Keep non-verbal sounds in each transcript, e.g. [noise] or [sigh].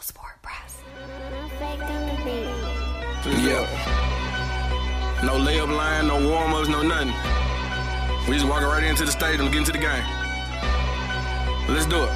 Sport Press. Yeah. No layup line, no warm ups, no nothing. We just walking right into the stadium, getting to the game. Let's do it.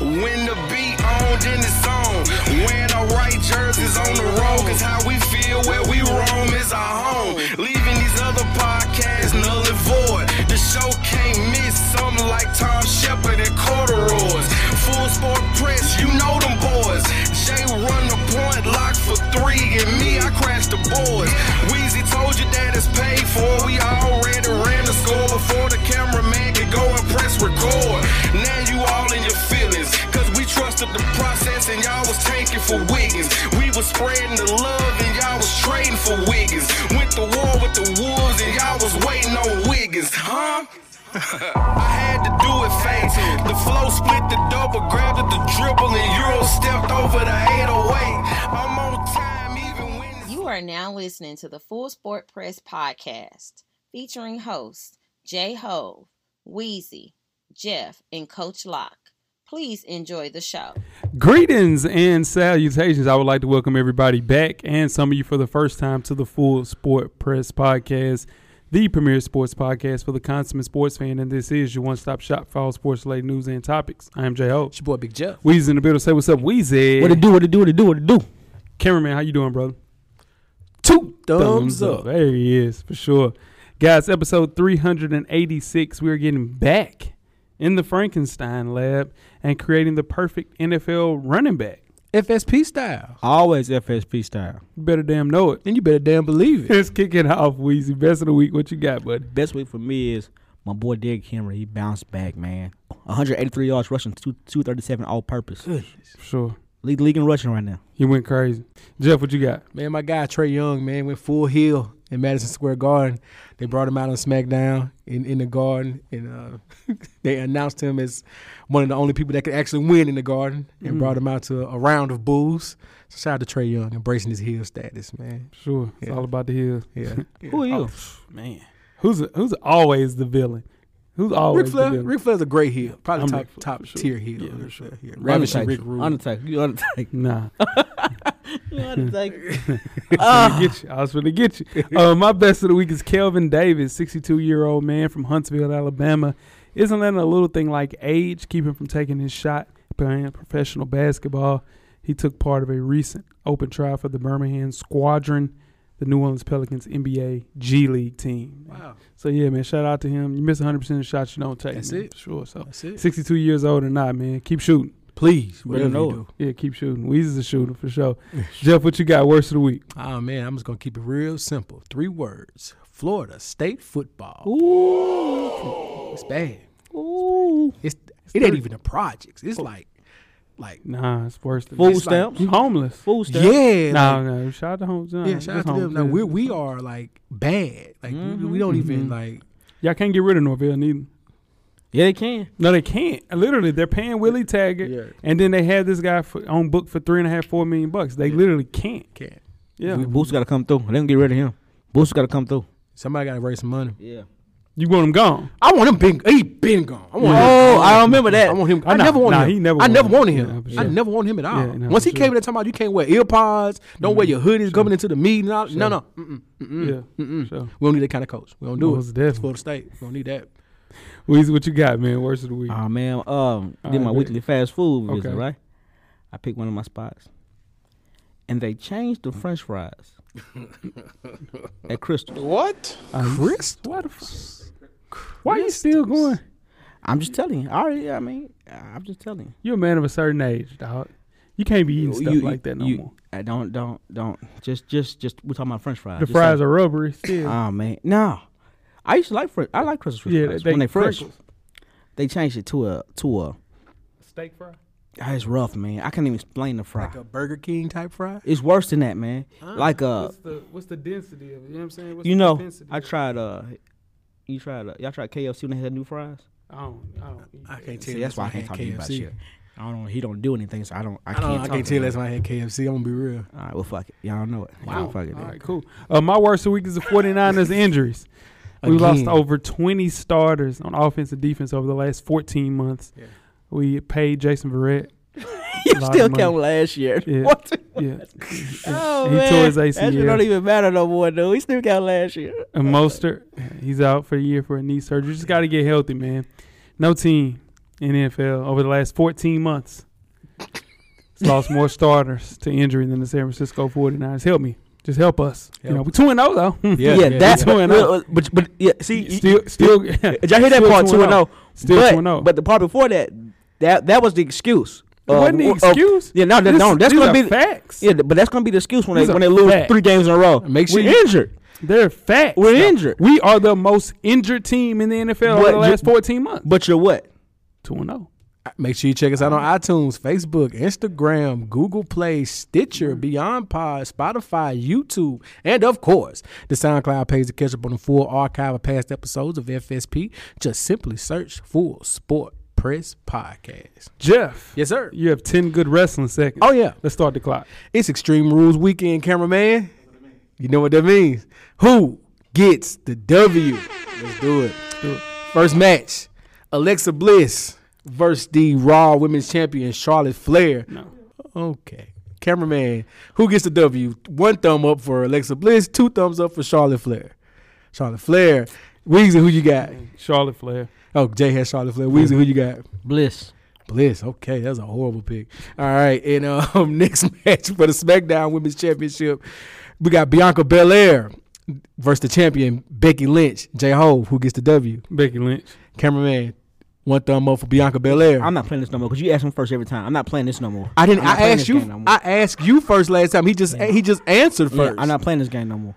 When the beat on, then it's on. When the right jerseys on the road, cause how we feel where we roam is our home. Leaving these other podcasts null and void. The show can't miss something like Tom Shepard and corduroys. Full sport press, you know them boys. Jay run the point, lock for three, and me, I crash the boards. Weezy told you that it's paid for. We already ran the score before the cameraman could go and press record. Now you all in your feelings, cause we trusted the process and y'all was tanking for Wiggins. We was spreading the love and y'all was trading for Wiggins. Went to war with the wolves and y'all was waiting on Wiggins, huh? I had to do it fast. The flow split the double, grabbed at the dribble, and Euro stepped over the 808. I'm on time, even when it's You are now listening to the Full Sport Press podcast featuring hosts Jay Hove, Wheezy, Jeff, and Coach Locke. Please enjoy the show. Greetings and salutations. I would like to welcome everybody back and some of you for the first time to the Full Sport Press Podcast, the premier sports podcast for the consummate sports fan. And this is your one stop shop for all sports related news and topics. I am J Ho. It's your boy Big Jeff. Weezy in the building. Say what's up, Weezy. What it do, what it do, what it do, what it do. Cameraman, how you doing, brother? Two thumbs, up. There he is, for sure. Guys, episode 386. We're getting back in the Frankenstein lab and creating the perfect NFL running back. FSP style. Always FSP style. You better damn know it. Then you better damn believe it. Let's kick it off, Weezy. Best of the week. What you got, buddy? Best way for me is my boy Derrick Henry. He bounced back, man. 183 yards rushing, two, 237 all purpose. Sure. Lead league in rushing right now. He went crazy. Jeff, what you got? Man, my guy Trey Young, man, went full heel in Madison Square Garden. They brought him out on SmackDown in, in the garden, and uh, [laughs] they announced him as one of the only people that could actually win in the garden and brought him out to a round of boos. So shout out to Trey Young, embracing his heel status, man. Sure. It's Yeah. all about the hills. [laughs] [laughs] Yeah. Who are you? Oh, man. Who's who's always the villain? Who's always Ric the Flair, villain? Ric Flair's a great heel, probably I'm Ric top Flair, top for sure. tier heel. Yeah, for sure. Yeah, Undertaker. Ravishing Rick Rude. Undertaker. You Undertaker. nah. [laughs] You [laughs] Undertaker. I was finna get you. I was finna get you. Uh, my best of the week is Kelvin Davis, 62 year old man from Huntsville, Alabama. Isn't letting a little thing like age keep him from taking his shot playing professional basketball? He took part of a recent open trial for the Birmingham Squadron, the New Orleans Pelicans NBA G League team. Wow. So yeah, man, shout out to him. You miss 100 percent of the shots you don't take. That's man. it. Sure. So That's it. 62 years old or not, man, keep shooting. Please, Better whatever know you it. do. Yeah, keep shooting. Weezy's a shooter for [laughs] sure. Jeff, what you got? Worst of the week? Oh man, I'm just gonna keep it real simple. Three words: Florida State football. It's bad. Ooh. It's it ain't even the projects. It's like, like Nah, it's worse than that. Food It's like- stamps. You homeless. Food stamps. yeah, No, like, no. Shout out to homeless. Nah, yeah. Shout just out to them. homeless, Now yeah. we we are like bad. Like we- we, don't even like. Y'all can't get rid of Norville neither. Yeah, they can. No, they can't. Literally, they're paying Willie Taggart, Yeah. and then they had this guy for, on book for three and a half, four million bucks. They literally can't. Can't. Yeah, We, Booster got to come through. Let them get rid of him. Booster got to come through. Somebody gotta raise some money. Yeah. you want him gone? I want him been. He been gone. I want him Oh, gone. I remember that. I want him. I, Nah, never wanted nah, him. he never I never wanted wanted him. him. Yeah, for I sure. never wanted him at all. Yeah, nah, Once for he sure. Mm-hmm. came in there talking about you can't wear ear pods, don't wear your hoodies coming into the meeting. and all- No, no. Mm-mm, mm-mm. Yeah, sure. We don't need that kind of coach. We don't do Most it. definitely. It's Florida State. We don't need that. Weezy, what you got, man? Worst of the week. Oh, man. Um, All did right, my bet. weekly fast food visit, Okay. right? I picked one of my spots. And they changed the french fries [laughs] at Crystal. What? Chris? Uh, Why the fuck? Why you still going? I'm just telling you. I already, I mean, I'm just telling you. You're a man of a certain age, dog. You can't be eating stuff You- like that no you- more. I Uh, don't, don't, don't. Just, just, just. We're talking about French fries. The Just fries like- are rubbery still. Oh man, no. I used to like French. I like Christmas French Yeah, fries they- when they fresh. crinkles. They changed it to a to a. Steak fry. ah, It's rough, man. I can't even explain the fry. Like a Burger King type fry? it's worse than that, man. like a, the what's the density of it? You know what I'm saying? What's you know, I tried uh, you tried uh, y'all tried KFC when they had new fries. I don't. I don't. I can't tell. See, that's why I can't had talk to you about KFC. shit. I don't. He don't do anything, so I don't. I, I, don't, can't. I talk can't tell about that's why I had KFC. I'm going to be real. it. All right, well, fuck it. Y'all know it. Y'all fuck it. All then. right, cool. Uh, my worst of the week is the 49ers injuries. We lost Again. over 20 starters on offense and defense over the last 14 months. We paid Jason Verrett. [laughs] you lot still of money. count last year. Yeah. What? Yeah. Oh, he man. tore his That shit ACL. don't even matter no more, dude. He still count last year. And Mostert, he's out for a year for a knee surgery. Just got to get healthy, man. No team in NFL over the last 14 months has lost more starters to injury than the San Francisco 49ers. Help me. Just help us. You know, Help. we're 2 and 0 though. Yeah, Yeah, yeah, that's yeah. what. Two and oh. But but yeah, see, you- still still [laughs] Did y'all hear that Still part? 2 Two and and oh. zero. Still but, 2 and oh. But the part before that, that that was the excuse. of- wasn't the of- excuse. yeah, no, that- This- no, that's these gonna are be facts. Yeah, but that's gonna be the excuse when These they are when they lose facts. three games in a row. Make sure we're you- injured. They're facts. We're though. injured. We are the most injured team in the NFL over But the you- last 14 months. But you're what? 2 and oh. 0. Make sure you check us out on iTunes, Facebook, Instagram, Google Play, Stitcher, Beyond Pod, Spotify, YouTube, and of course, the SoundCloud page to catch up on the full archive of past episodes of FSP. Just simply search Full Sport Press Podcast. Jeff. Yes, sir. You have 10 good wrestling seconds. Oh, yeah. Let's start the clock. It's Extreme Rules Weekend, cameraman. You know what that means. Who gets the W? Let's do it. First match Alexa Bliss versus the Raw Women's Champion, Charlotte Flair. No. Okay. Cameraman, who gets the W? One thumb up for Alexa Bliss, two thumbs up for Charlotte Flair. Charlotte Flair. Weezy, who you got? Charlotte Flair. Oh, Jay has Charlotte Flair. Weezy, who you got? Bliss. Bliss. Okay, that's a horrible pick. All right, and um, [laughs] next match for the SmackDown Women's Championship, we got Bianca Belair versus the champion Becky Lynch. J Ho, who gets the W? Becky Lynch. Cameraman, one thumb up for Bianca Belair. I'm not playing this no more because you ask him first every time. I'm not playing this no more. I didn't. I'm not I playing asked this you. game no more. I asked you first last time. He just he just answered Yeah, first. I'm not playing this game no more.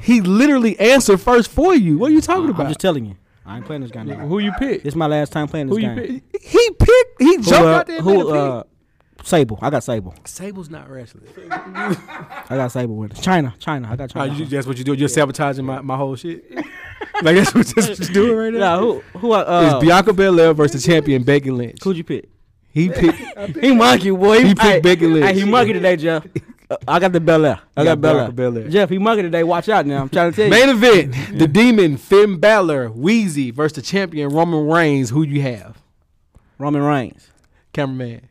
He literally answered first for you. What are you talking I'm about? just telling you. I ain't playing this game no more. Who you pick? This is my last time playing this Who you game. pick? he picked. He Who, jumped uh, out there. And who made a uh, Sable. I got Sable. pick. Sable's not wrestling. I got Sable with it. China. China. I got Oh, China. you, that's what you do. You're sabotaging my, my whole [laughs] shit. like that's what, that's what you're doing right now. Nah, who who I, It's uh Bianca Belair versus the champion Becky Lynch. who'd you pick? He picked He monkey boy. He picked Hey, Becky Lynch. Hey, he monkey today, Jeff. Uh, I got the Bel Air. I You got got Bel Air. Bianca Belair. Jeff, he monkey today. Watch out now. I'm trying to tell you. main event: the Demon Finn Balor, Wheezy versus the champion Roman Reigns. Who you have, Roman Reigns. cameraman?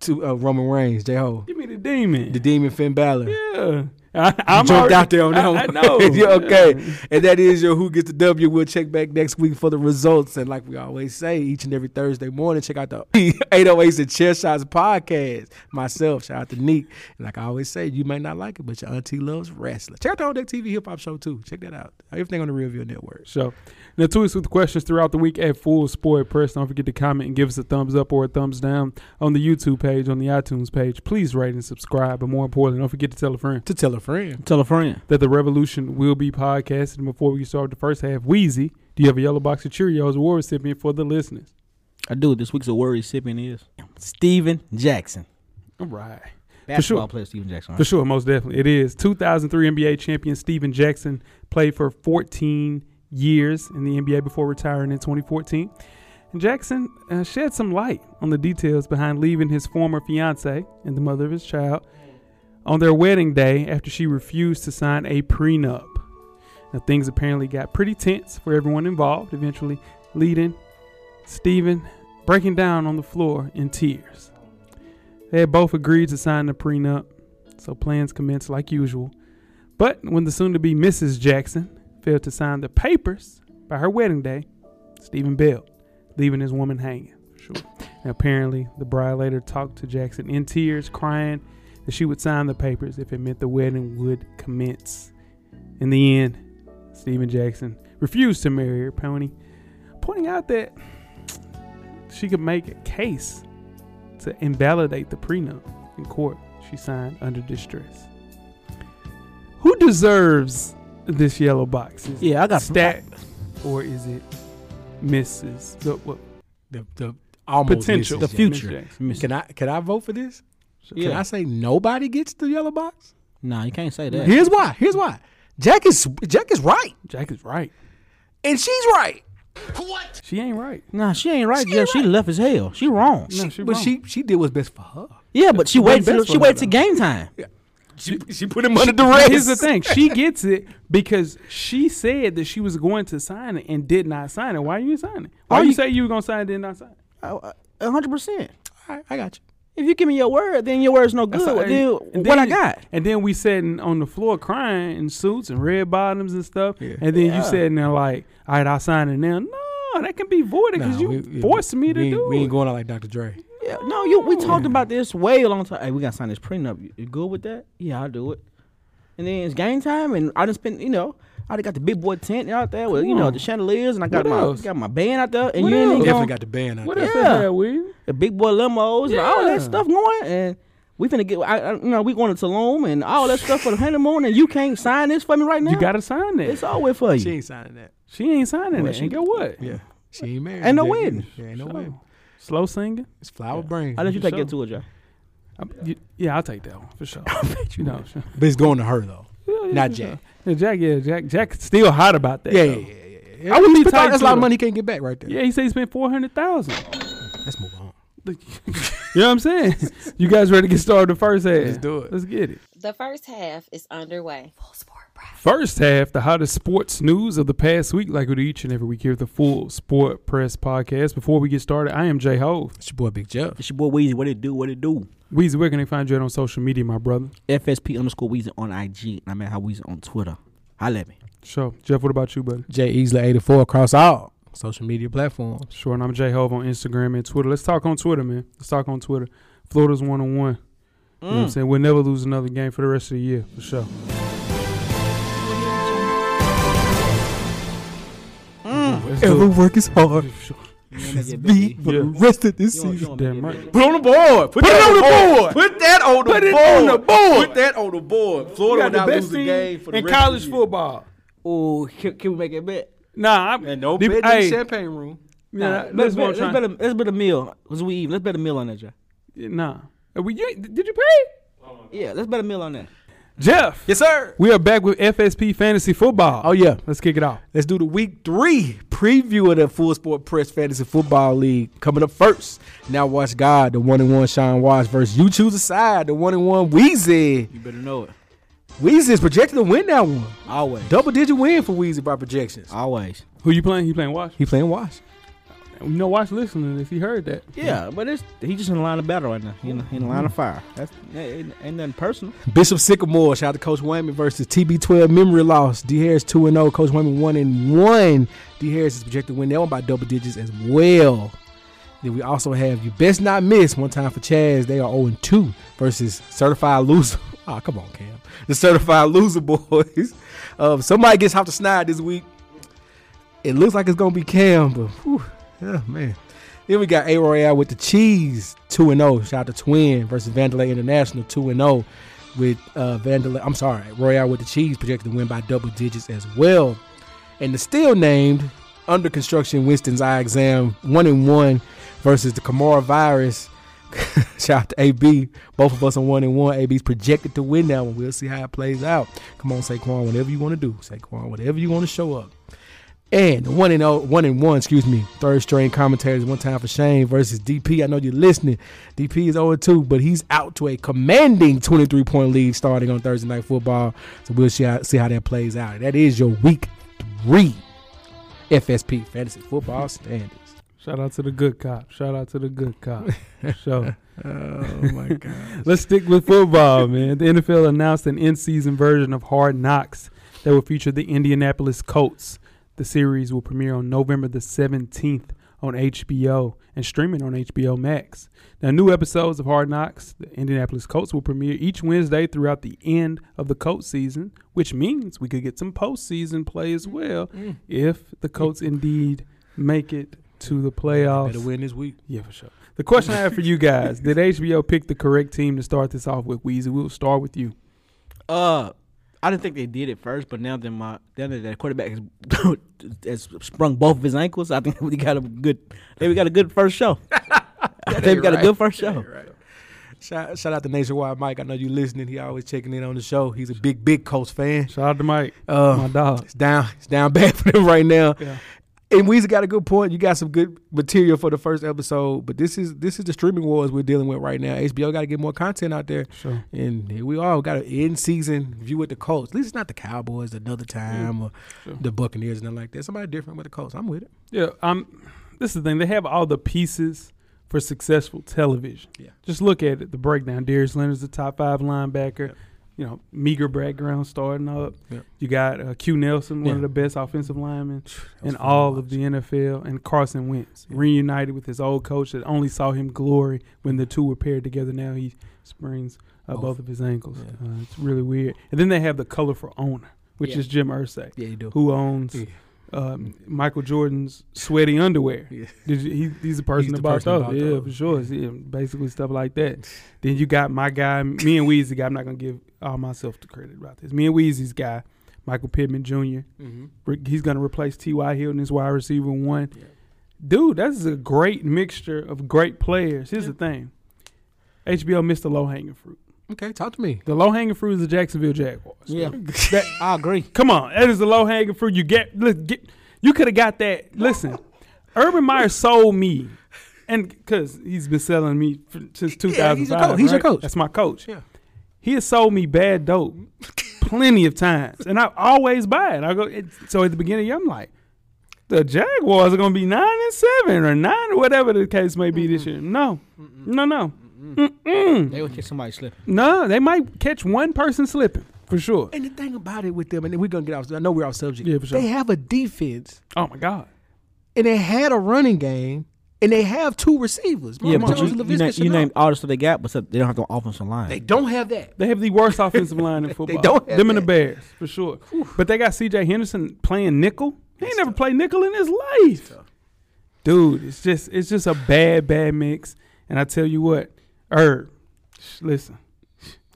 To uh, Roman Reigns, J Ho. Give me the demon. The Demon Finn Balor. yeah. I, I'm jumped already- out there on that I, one. I know. [laughs] Yeah, okay. And that is your Who Gets the W. We'll check back next week for the results. And like we always say, each and every Thursday morning, check out the [laughs] 808s and Chair Shots podcast. Myself, shout out to Neek. And like I always say, you may not like it, but your auntie loves wrestling. Check out the Old Deck TV hip hop show too. Check that out. Everything on the Real View Network. So, now tweet us with questions throughout the week at Full Sport Press. Don't forget to comment and give us a thumbs up or a thumbs down on the YouTube page, on the iTunes page. Please rate and subscribe. But more importantly, don't forget to tell a friend To tell a friend. Tell a friend. that the revolution will be podcasted. And before we start the first half, Wheezy, do you have a yellow box of Cheerios award recipient for the listeners? I do. This week's award recipient is Steven Jackson. All right. Basketball sure. player Steven Jackson. For sure, most definitely. It is. 2003 NBA champion Steven Jackson played for 14 years in the NBA before retiring in 2014. And Jackson uh, shed some light on the details behind leaving his former fiancee and the mother of his child on their wedding day after she refused to sign a prenup. Now, things apparently got pretty tense for everyone involved, eventually leading Steven breaking down on the floor in tears. They had both agreed to sign the prenup so plans commenced like usual. But when the soon to be Mrs. Jackson failed to sign the papers by her wedding day, Stephen bailed, leaving his woman hanging. Sure. And apparently, the bride later talked to Jackson in tears, crying that she would sign the papers if it meant the wedding would commence. In the end, Stephen Jackson refused to marry her, Pony, pointing out that she could make a case to invalidate the prenup in court she signed under distress. Who deserves this yellow box? Is Yeah, I it got Stat or is it Mrs. The, what, The, the almost potential? misses The you. future. Miss- Can I can I vote for this? Can [laughs] Yeah. I say nobody gets the yellow box? Nah, you can't say that. Here's why. Here's why. Jack is Jack is right. Jack is right. And she's right. She ain't right. Nah, she ain't right, Jeff. She left as hell. She wrong. No, she but wrong. she she did what's best for her. Yeah, but she best waited. Till, for she her, waited though. till game time. She, she put him under the rest. Here's the thing. She gets it because she said that she was going to sign it and did not sign it. Why you sign it? Why Are you you- say you were going to sign it and did not sign it? hundred percent. All right, I got you. If you give me your word, then your word's no good. That's all- then and what I then- got? And then we sitting on the floor crying in suits and red bottoms and stuff. Yeah. And then Yeah. you sitting there like, all right, I'll sign it now. No, that can be voided because Nah, you we- yeah, forced me to we ain't- do We it. ain't going out like Dr. Dre. Yeah, no, you. We talked about this way a long time. Hey, we gotta sign this prenup. You, you good with that? Yeah, I'll do it. And then it's game time, and I just spent. You know, I done got the big boy tent out there with you know the chandeliers, and I got What my else? got my band out there, and What you ain't else? even Definitely gonna, got the band out What there. else they Yeah. had, Will? the big boy limos and all Yeah. that stuff going, and we finna get. I, I, you know, we going to Tulum and all that stuff for the honeymoon, and you can't sign this for me right now. You gotta sign that. It's always for She you. ain't signing that. she ain't signing Well, it. she- And get what? Yeah. She ain't married. Ain't no Yeah, wedding. Yeah, ain't no Sure. wedding. Slow singing. It's flower brain. I let you For take it to sure. it, Jay. I'm- you- yeah, I'll take that one [laughs] for sure. you know, sure. But it's going to her though. Yeah, yeah, Not for Jack. sure. Yeah, Jack. Yeah, Jack. Jack's still hot about that. Yeah, though. yeah, yeah, yeah, yeah. I would be But tight That's too, a lot though. of money he can't get back right there. Yeah, he said he spent four hundred thousand. Let's move on. you know what I'm [laughs] saying? You guys ready to get started? The first half. Let's do it. Let's get it. The first half is underway. First half, the hottest sports news of the past week, like we do each and every week here at the Full Sport Press Podcast. Before we get started, I am Jay Ho. It's your boy Big Jeff. It's your boy Weezy. What it do? What it do? Weezy, where can they find you at on social media, my brother? FSP underscore Weezy on IG, and I'm at How Weezy on Twitter. Holla at me. Sure. Jeff, what about you, buddy? Jay Easley eighty four across all social media platforms. Sure, and I'm Jay Hove on Instagram and Twitter. Let's talk on Twitter, man. Let's talk on Twitter. Florida's one on one. You Mm. know what I'm saying? We'll never lose another game for the rest of the year, for sure. Mm. Let's do Every it. work is [laughs] hard. Let's beat for the Yeah. rest of this You want- you season. want me to Damn get right. busy? Put it on the board. Put, it on the board. Put that on the Put it board. on the board. Put that on Oh, the board. Florida will not lose the game for the in rest of the college year. football. Oh, can, can we make it bet? Nah, I'm And no Deep- bet in hey, the champagne room. nah, Nah, that's Uh, let's, what I'm bet, let's, trying- bet a, let's bet a meal. Cause we even. Let's bet a meal on that, Jeff. Nah. Uh, we- you- did you pay? Yeah, let's bet a meal on that. Jeff, Yes, sir. we are back with FSP Fantasy Football. Oh yeah. Let's kick it off. Let's do the week three preview of the Full Sport Press Fantasy Football League. Coming up first. Now watch God, the one and one Sean Watts versus you choose a side, the one and one Weezy. You better know it. Weezy is projected to win that one. Always. Double digit win for Weezy by projections. Always. Who you playing? You playing Watch? He playing Watch. You know, Watch listening if he heard that. Yeah, Mm-hmm. but it's he just in the line of battle right now. He in, he in the line of fire. That's that ain't, ain't nothing personal. Bishop Sycamore, shout out to Coach Wayman versus TB12 memory loss. D Harris 2 and 0, Coach Wayman 1 and 1. D Harris is projected to win that one by double digits as well. Then we also have you best not miss one time for Chaz. They are 0 and 2 versus certified loser. [laughs] Ah, come on, Cam. The certified loser [laughs] boys. Um, somebody gets off the snide this week. It looks like it's gonna be Cam, but whew, yeah, man. Then we got A Royale with the cheese, 2 and 0. Shout out to Twin versus Vandalay International, 2 and 0 with uh Vandalay. I'm sorry, Royale with the cheese projected to win by double digits as well. And the still named under construction Winston's eye exam, 1 and 1 versus the Kamara virus. [laughs] Shout out to AB. Both of us on one and one. AB's projected to win that one. We'll see how it plays out. Come on, Saquon, whatever you want to do. Saquon, whatever you want to show up. And the one and oh, one and one, excuse me, third string commentators, one time for Shane versus DP. I know you're listening. DP is 0 2, but he's out to a commanding 23 point lead starting on Thursday Night Football. So we'll see how, see how that plays out. That is your week three FSP fantasy football standards. Shout out to the good cop. Shout out to the good [laughs] cop. so Oh my God. let's stick with football, man. The NFL announced an in-season version of Hard Knocks that will feature the Indianapolis Colts. The series will premiere on November the 17th on HBO and streaming on HBO Max. Now, new episodes of Hard Knocks, the Indianapolis Colts, will premiere each Wednesday throughout the end of the Colts season, which means we could get some postseason play as well Mm. if the Colts indeed make it to the playoffs. [laughs] Better win this week. Yeah, for sure. The question I have for you guys: Did HBO pick the correct team to start this off with? Weezy, we'll start with you. Uh, I didn't think they did it first, but now that my now that that quarterback has, [laughs] has sprung both of his ankles, I think [laughs] we got a good. They we got a good first [laughs] show. I think we got a good first show. Shout, shout out to Nationwide Mike. I know you listening. He always checking in on the show. He's a big, big Colts fan. Shout out to Mike, Uh, my dog. It's down. It's down [laughs] bad for them right now. Yeah. And Weezy got a good point. You got some good material for the first episode, but this is this is the streaming wars we're dealing with right now. HBO got to get more content out there, Sure. and here we all got an in season view with the Colts. At least it's not the Cowboys another time or Sure. the Buccaneers nothing like that. Somebody different with the Colts. I'm with it. Yeah, um, this is the thing. They have all the pieces for successful television. Yeah. Just look at it, the breakdown. Darius Leonard's the top five linebacker. You know, meager background starting up. Yep. You got uh, Q Nelson, one of Yeah. the best offensive linemen That in was fun to all of watch. the NFL, and Carson Wentz reunited with his old coach that only saw him glory when the two were paired together. Now he sprains uh, both. Both. of his ankles. Yeah. Uh, it's really weird. And then they have the colorful owner, which Yeah. is Jim Irsay, Yeah, you do. who owns Yeah. um, Michael Jordan's sweaty underwear. Yeah. Did you, he, he's the person the about person those. about yeah, those. for sure. Yeah. It's, yeah, basically stuff like that. Then you got my guy, me and Weezy guy. I'm not gonna give all myself the credit about this. Me and Weezy's guy, Michael Pittman Jr. Mm-hmm. Re- he's going to replace T.Y. Hilton as wide receiver one. Yeah. Dude, that's a great mixture of great players. Here's the thing HBO missed the low hanging fruit. Okay, talk to me. The low hanging fruit is the Jacksonville Jaguars. [laughs] Yeah. That- I agree. come on, that is the low hanging fruit. You get, look, get you could have got that. Listen, Urban Meyer sold me, and because he's been selling me for, since 2005. he's your coach. He's your right? coach. That's my coach. Yeah. He has sold me bad dope plenty of times, and I always buy it. I go it, so at the beginning, of the year, I'm like, the Jaguars are gonna be nine and seven or nine or whatever the case may be this year. No, no, no, They would catch somebody slipping. no. They might catch one person slipping for sure. And the thing about it with them, and then we're gonna get off. I know we're off subject. Yeah, for sure. They have a defense, Oh my god. and they had a running game, and they have two receivers. Yeah, Marvin but you, Jones you, and na- LaVisca you Chenault. named all the stuff they got, but stuff- they don't have the offensive line. They don't have that. They have the worst offensive [laughs] line in football. don't have them and the that. Bears for sure. But they got C.J. Henderson playing nickel. He ain't never played nickel in his life, dude. It's just it's just a bad bad mix. And I tell you what, Herb, sh- listen,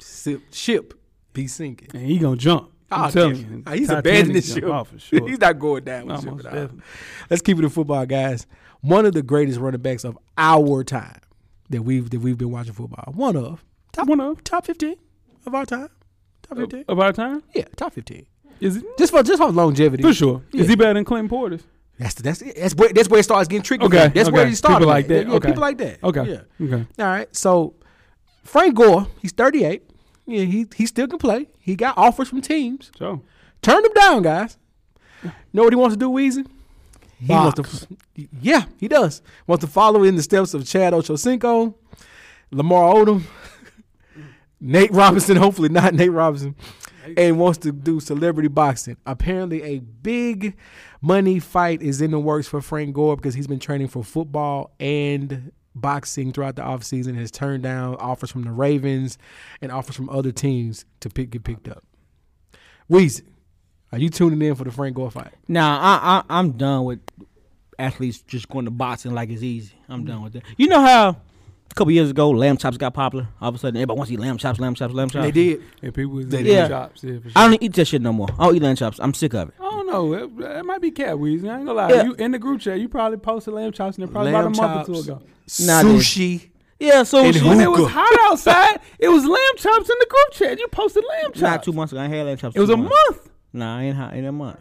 Sip, ship be sinking. and he gonna jump. I'm I'll telling give you. you, Nah, Ah, he's Titanic abandoning the jump ship. off for sure. [laughs] he's not going down with No, ship most at all. definitely. Let's keep it in football, guys. One of the greatest running backs of our time that we've that we've been watching football. One of [laughs] top One of. top fifteen of our time. Top fifteen. of our time. yeah, top fifteen. Is it Just for just for longevity. for sure? Yeah. Is he better than Clinton Portis? That's the, that's it. that's where that's where it starts getting tricky. Okay, that's okay. where you start. People at. like that, Yeah, okay. people like that. Okay, yeah. okay. All right. So Frank Gore, he's 38. Yeah, he he still can play. He got offers from teams. So Turn them down, guys. Know what he wants to do, Weezy? He wants Box. to Yeah, he does. Wants to follow in the steps of Chad Ochocinco, Lamar Odom, [laughs] Nate Robinson, hopefully not Nate Robinson, and wants to do celebrity boxing. Apparently a big money fight is in the works for Frank Gore because he's been training for football and boxing throughout the offseason and has turned down offers from the Ravens and offers from other teams to pick, get picked up. Weezy, are you tuning in for the Frank Gore fight? Nah, I, I I'm done with athletes just going to boxing like it's easy. I'm done with that. You know how a couple years ago lamb chops got popular. All of a sudden, everybody wants to eat lamb chops, lamb chops, lamb chops. They did. yeah, people was They in did. the Yeah. chops. Yeah, for sure. I don't eat that shit no more. I don't eat lamb chops. I'm sick of it. I don't know. It, it might be cat wheezing. I ain't gonna lie. Yeah. You in the group chat, you probably posted lamb chops and probably Lamb about a month or chops. two ago. Nah, dude. Sushi. Yeah, so And shit. who- When it was Hookah. hot outside, it was lamb chops in the group chat. You posted lamb chops. not two months ago. I ain't had lamb chops. It was two a months. month. Nah, I ain't hot in a month.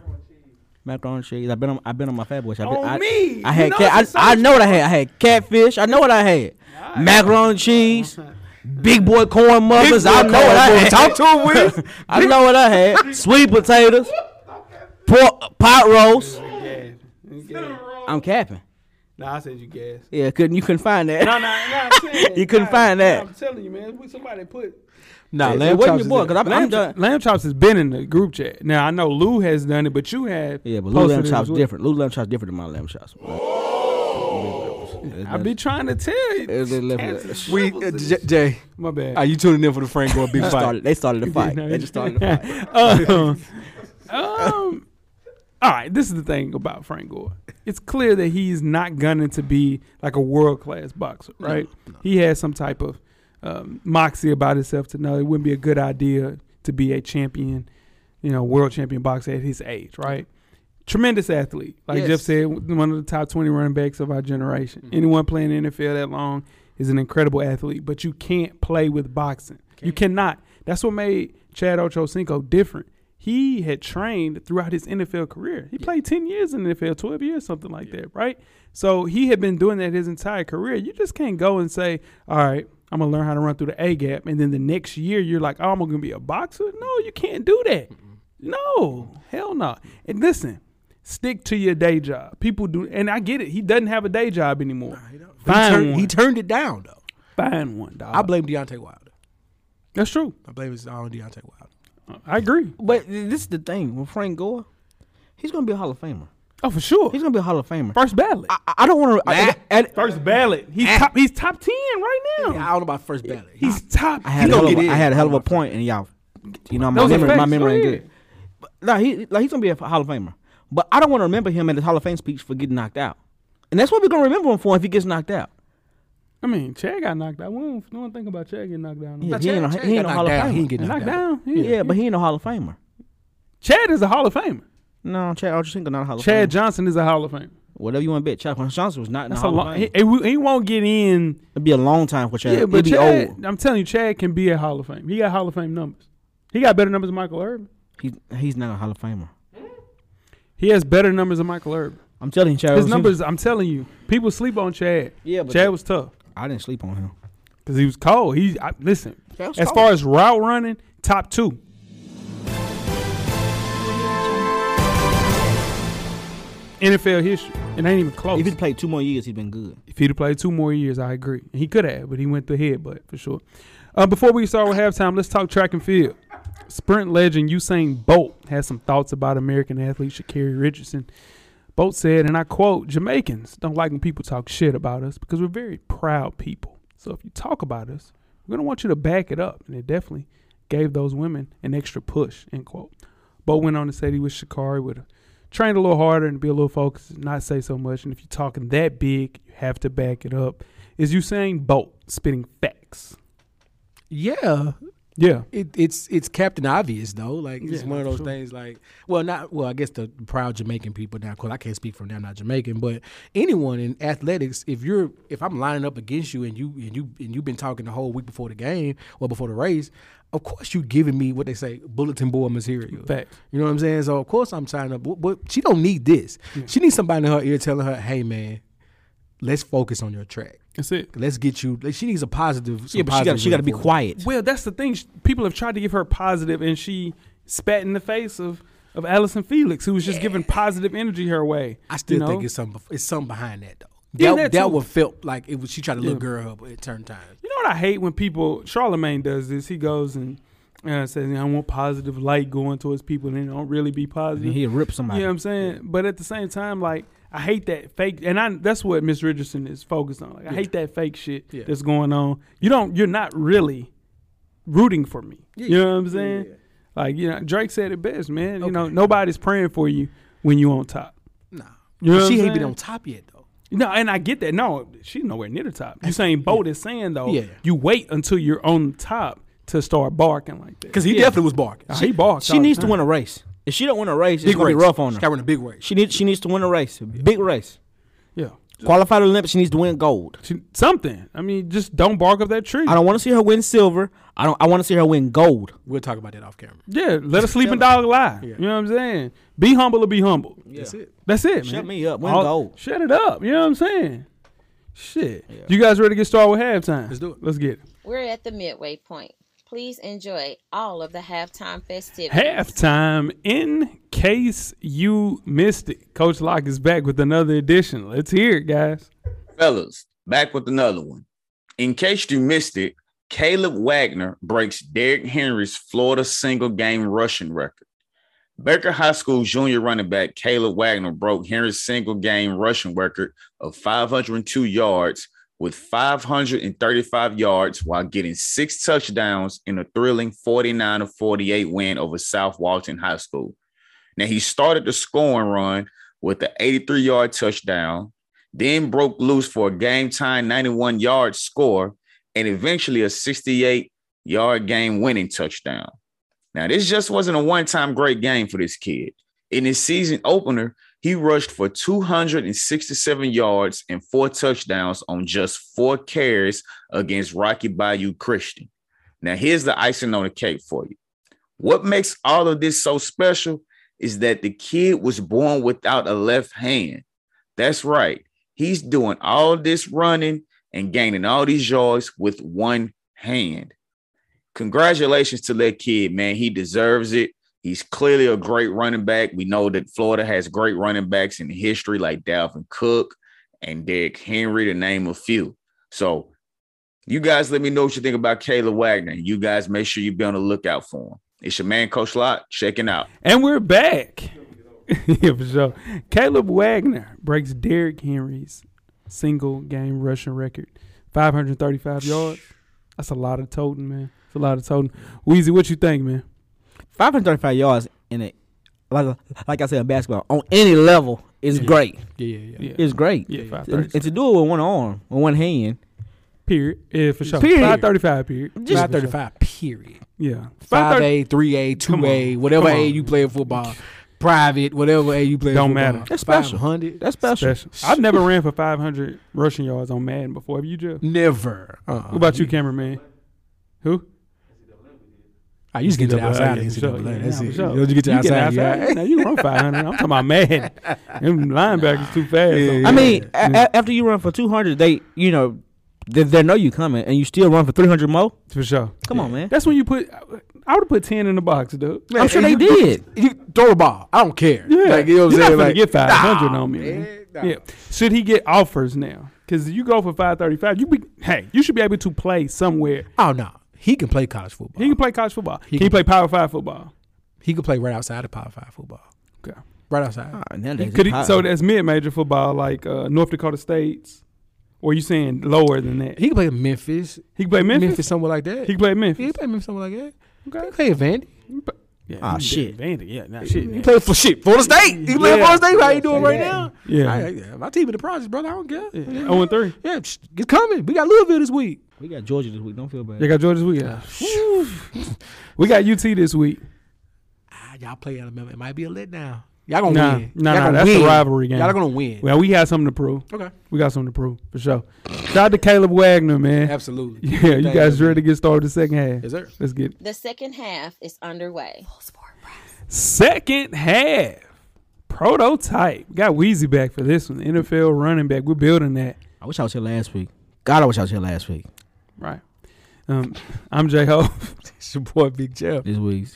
Macaroni and cheese. I've been on. I've been on my fat boy. I've been, On I, me. I You had. know Cat, it's a I, I sausage know what I had. I had catfish. I know what I had. Macaroni [laughs] and cheese. Big boy corn muffins. I know what I had. Talk to him, Wiz. [laughs] I know what [laughs] I had. Sweet potatoes, pork pot roast. I'm capping. Nah, I said you gas. Yeah, couldn't you couldn't find that? No, no, no. I'm saying, [laughs] You couldn't nah, find that. nah, I'm telling you, man. Somebody put Nah, it lamb wasn't chops. your is boy there. because I'm, Lamb, I'm chop- done. lamb chops has been in the group chat. Now I know Lou has done it, but you have. Yeah, but Lou lamb posted it chops as well. different. Lou lamb chops different than my lamb chops. I be trying to tell you. It's a little- Cats is We, shriveled uh, to J- Jay, My bad. are you tuning in for the Frank Gore big They fight? started, they started the [laughs] fight. No, They just started the fight. um, um, all right, this is the thing about Frank Gore. It's clear that he's not gunning to be like a world class boxer, right? He has some type of um, moxie about himself to know it wouldn't be a good idea to be a champion, you know, world champion boxer at his age, right? Tremendous athlete, like Yes. Jeff said, one of the top twenty running backs of our generation. Anyone playing in the NFL that long is an incredible athlete, but you can't play with boxing. You cannot. That's what made Chad Ochocinco different. He had trained throughout his NFL career. He played 10 years in the NFL, 12 years, something like that, right? So he had been doing that his entire career. You just can't go and say, all right, I'm going to learn how to run through the A gap. And then the next year, you're like, oh, I'm going to be a boxer. No, you can't do that. No, hell no. And listen, stick to your day job. People do, and I get it. He doesn't have a day job anymore. He, Find turned- one. he turned it down though. Find one, dog. I blame Deontay Wilder. That's true. I blame it's all on Deontay Wilder. I agree. But this is the thing with Frank Gore, he's gonna be a Hall of Famer. Oh, for sure. He's gonna be a Hall of Famer. First ballot. I, I don't want Nah. to. First ballot. He's top. He's top ten right now. I don't know about first ballot. He's top. I had, He a hell gonna of, get a- I in. had a hell of a point, and y'all, you know, That my was a memory, my fact. memory ain't Go good. But, nah, he, like, he's gonna be a Hall of Famer. But I don't want to remember him at his Hall of Fame speech for getting knocked out, and that's what we're gonna remember him for if he gets knocked out. I mean, Chad got knocked out. We don't, no one think about Chad getting knocked down. Yeah, Nah, he ain't Chad- no, Chad he ain't got no Hall of knocked down. He Famer. ain't getting knocked knocked down. down. Yeah. Yeah, but he ain't no Hall of Famer. Chad is a Hall of Famer. No, Chad Ochocinco not a Hall of Chad Famer. Johnson is a Hall of Famer. Whatever you want to bet, Chad Johnson was not in That's the a Hall long. of He, Fame. he- he won't get in. It'd be a long time for Chad. Yeah, but It'd be Chad, old. I'm telling you, Chad can be a Hall of Fame. He got Hall of Fame numbers. He got better numbers than Michael Irvin. He, he's not a Hall of Famer. He has better numbers than Michael Irvin. I'm telling you, Chad. His Ochocinco- numbers, I'm telling you, people sleep on Chad. Yeah, but- Chad was tough I didn't sleep on him. because he was cold. He I, listen. Chad was As cold. far as route running, top two. NFL history. It ain't even close. If he'd played two more years, he'd been good. If he'd have played two more years, I agree. And he could have, but he went the headbutt for sure. Uh, before we start with halftime, let's talk track and field. Sprint legend Usain Bolt has some thoughts about American athlete Shakari Richardson. Bolt said, and I quote, Jamaicans don't like when people talk shit about us because we're very proud people. So if you talk about us, we're going to want you to back it up. And it definitely gave those women an extra push, end quote. Bolt went on to say he wish Shakari would have trained a little harder and be a little focused, and not say so much. And if you're talking that big, you have to back it up. Is Usain Bolt spitting facts? Yeah, Yeah. it, it's it's Captain Obvious though. Like it's Yeah, one of for those sure. things. Like, well, not well. I guess the proud Jamaican people now, because I can't speak from them. I'm not Jamaican, but anyone in athletics, if you're if I'm lining up against you and you and you and you've been talking the whole week before the game or before the race, of course you giving me what they say bulletin board material. Facts. You know what I'm saying? So of course I'm signing up. But, but she don't need this. She needs somebody in her ear telling her, "Hey man, let's focus on your track. That's it. Let's get you." Like, she needs a positive. some yeah, but she got positive she got to be reinforcement. quiet. Well, that's the thing. Sh- People have tried to give her positive, and she spat in the face of of Allison Felix, who was just giving positive energy her way. I still you know? think it's something. It's something behind that though. Yeah, That, that that, too. one felt like it was. She tried to Yeah. look girl up at turn times. You know what I hate when people Charlemagne does this. He goes and. Uh, says, I want positive light going towards people, and it don't really be I positive. mean, he'd rip somebody. You know what I'm saying? But at the same time, like I hate that fake, and I that's what Miss Richardson is focused on. Like I hate that fake shit Yeah. that's going on. You don't, you're not really rooting for me. You know what I'm saying? Like you know, Drake said it best, man. You know, nobody's praying for you when you on top. Nah, You know what she I'm ain't been saying? on top yet though. No, and I get that. No, she's nowhere near the top. You saying Bolt is saying though, Yeah. you wait until you're on top to start barking like that. Because he definitely was barking. Nah, he barks. She needs to win a race. If she don't win a race, it's gonna be rough on She her. got in a big race. She needs she needs to win a race, a big race. Yeah, Qualified Olympics, she needs to win gold. She- something. I mean, just don't bark up that tree. I don't want to see her win silver. I don't. I want to see her win gold. We'll talk about that off camera. Yeah, let a sleeping dog lie. You know what I'm saying? Be humble or be humble. That's it. That's it, man. Shut me up. Win gold. Shut it up. You know what I'm saying? Shit. You guys ready to get started with halftime? Let's do it. Let's get it. We're at the midway point. Please enjoy all of the halftime festivities. Halftime in case you missed it. Coach Locke is back with another edition. Let's hear it, guys. Fellas, back with another one. In case you missed it, Caleb Wagner breaks Derrick Henry's Florida single game rushing record. Baker High School junior running back Caleb Wagner broke Henry's single game rushing record of 502 yards with 535 yards while getting six touchdowns in a thrilling 49 to 48 win over South Walton High School. Now he started the scoring run with the 83 yard touchdown, then broke loose for a game time 91 yard score and eventually a 68 yard game winning touchdown. Now, this just wasn't a one time great game for this kid. In his season opener, he rushed for 267 yards and four touchdowns on just four carries against Rocky Bayou Christian. Now, here's the icing on the cake for you. What makes all of this so special is that the kid was born without a left hand. That's right. He's doing all this running and gaining all these yards with one hand. Congratulations to that kid, man. He deserves it. He's clearly a great running back. We know that Florida has great running backs in history, like Dalvin Cook and Derrick Henry, to name a few. So you guys let me know what you think about Kayla Wagner. You guys make sure you be on the lookout for him. It's your man, Coach Lot, checking out. And we're back. [laughs] yeah, for sure. Caleb Wagner breaks Derrick Henry's single game rushing record. 535 yards. That's a lot of toting, man. That's a lot of toting. Weezy, what you think, man? 535 yards in it. Like, like I said, basketball on any level is great. Yeah, yeah, yeah. Yeah. It's great. Yeah, And, 535. and to do it with one arm, with one hand, Period. Yeah, for sure. Period. 535, period. Just- Five thirty-five. Period. Yeah. Five 535. A, three A, Come two A, on. whatever Come A on. you play in football, private, whatever A you play. in Don't football. matter. That's special. 500. that's special. Special. I've never ran for 500 rushing yards on Madden before. Have you, Jeff? Never. Uh-uh. What about you, cameraman? Who? I used to get to the Double A, outside. yeah, of for NCAA. sure. Yeah, That's for it. sure. Once You get to You get outside. yeah. outside. Now you [laughs] run 500. I'm talking about Madden. Them linebackers too fast. Yeah, yeah, I mean, a- Yeah. a- after you run for 200, they, you know, they, they know you coming, and you still run for 300 more. for sure. Come on, man. That's when you put. I would have put ten in the box, dude. Man, I'm sure and they you- did. You throw a ball. I don't care. Yeah, Like, you know what you're I'm not saying? gonna Like, get five hundred nah, on me. man. man, nah. Yeah, should he get offers now? Because you go for five thirty five, you be hey, you should be able to play somewhere. Oh no, he can play college football. He can play college football. He He can, he can- play power five football. He could play right outside of Power Five football. Okay, Right outside. Ah, nowadays could he, it's hot. so that's mid major football like uh, North Dakota State's, or you saying lower than that? He, He could play Memphis. can play Memphis. Memphis, somewhere like that. He can play Memphis. Yeah, he play Memphis somewhere like that. He okay. can play at Vandy. Yeah, Ah, he- shit. Vandy. Yeah, nah, shit. He man. play for shit. Florida State. He play Yeah. Florida State. How you doing right now? Yeah. I- yeah, my team in the project, brother. I don't care. Yeah, Oh and three. yeah psh, it's coming. We got Louisville [sighs] this week. We got Georgia this week. Don't feel bad. They got Georgia's week. Yeah. we got UT this week. Ah, y'all play Alabama. It might be a letdown. Y'all gonna Nah, win. nah, Y'all nah, gonna that's the win. rivalry game. Y'all gonna win. Well, we got something to prove. okay, We got something to prove for sure. Shout out to Caleb Wagner, [laughs] man. absolutely. Yeah, you Thank guys man. ready to get started the second half? Yes, sir. Let's get it. The second half is underway. Second half. Prototype. We got Wheezy back for this one. NFL running back. We're building that. I wish I was here last week. God, I wish I was here last week. Right. Um, I'm J Ho It's your boy Big Jeff. This week.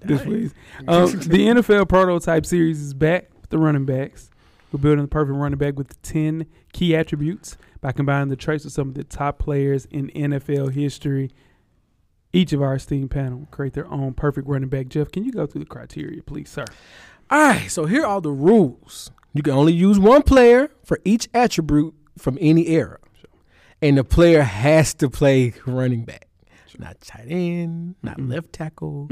this week. Um, the NFL prototype series is back with the running backs. We're building the perfect running back with 10 key attributes by combining the traits of some of the top players in NFL history. Each of our esteemed panel will create their own perfect running back. Jeff, can you go through the criteria, please, sir? All right, so here are the rules. You can only use one player for each attribute from any era. And the player has to play running back. Not tight end, not left tackle,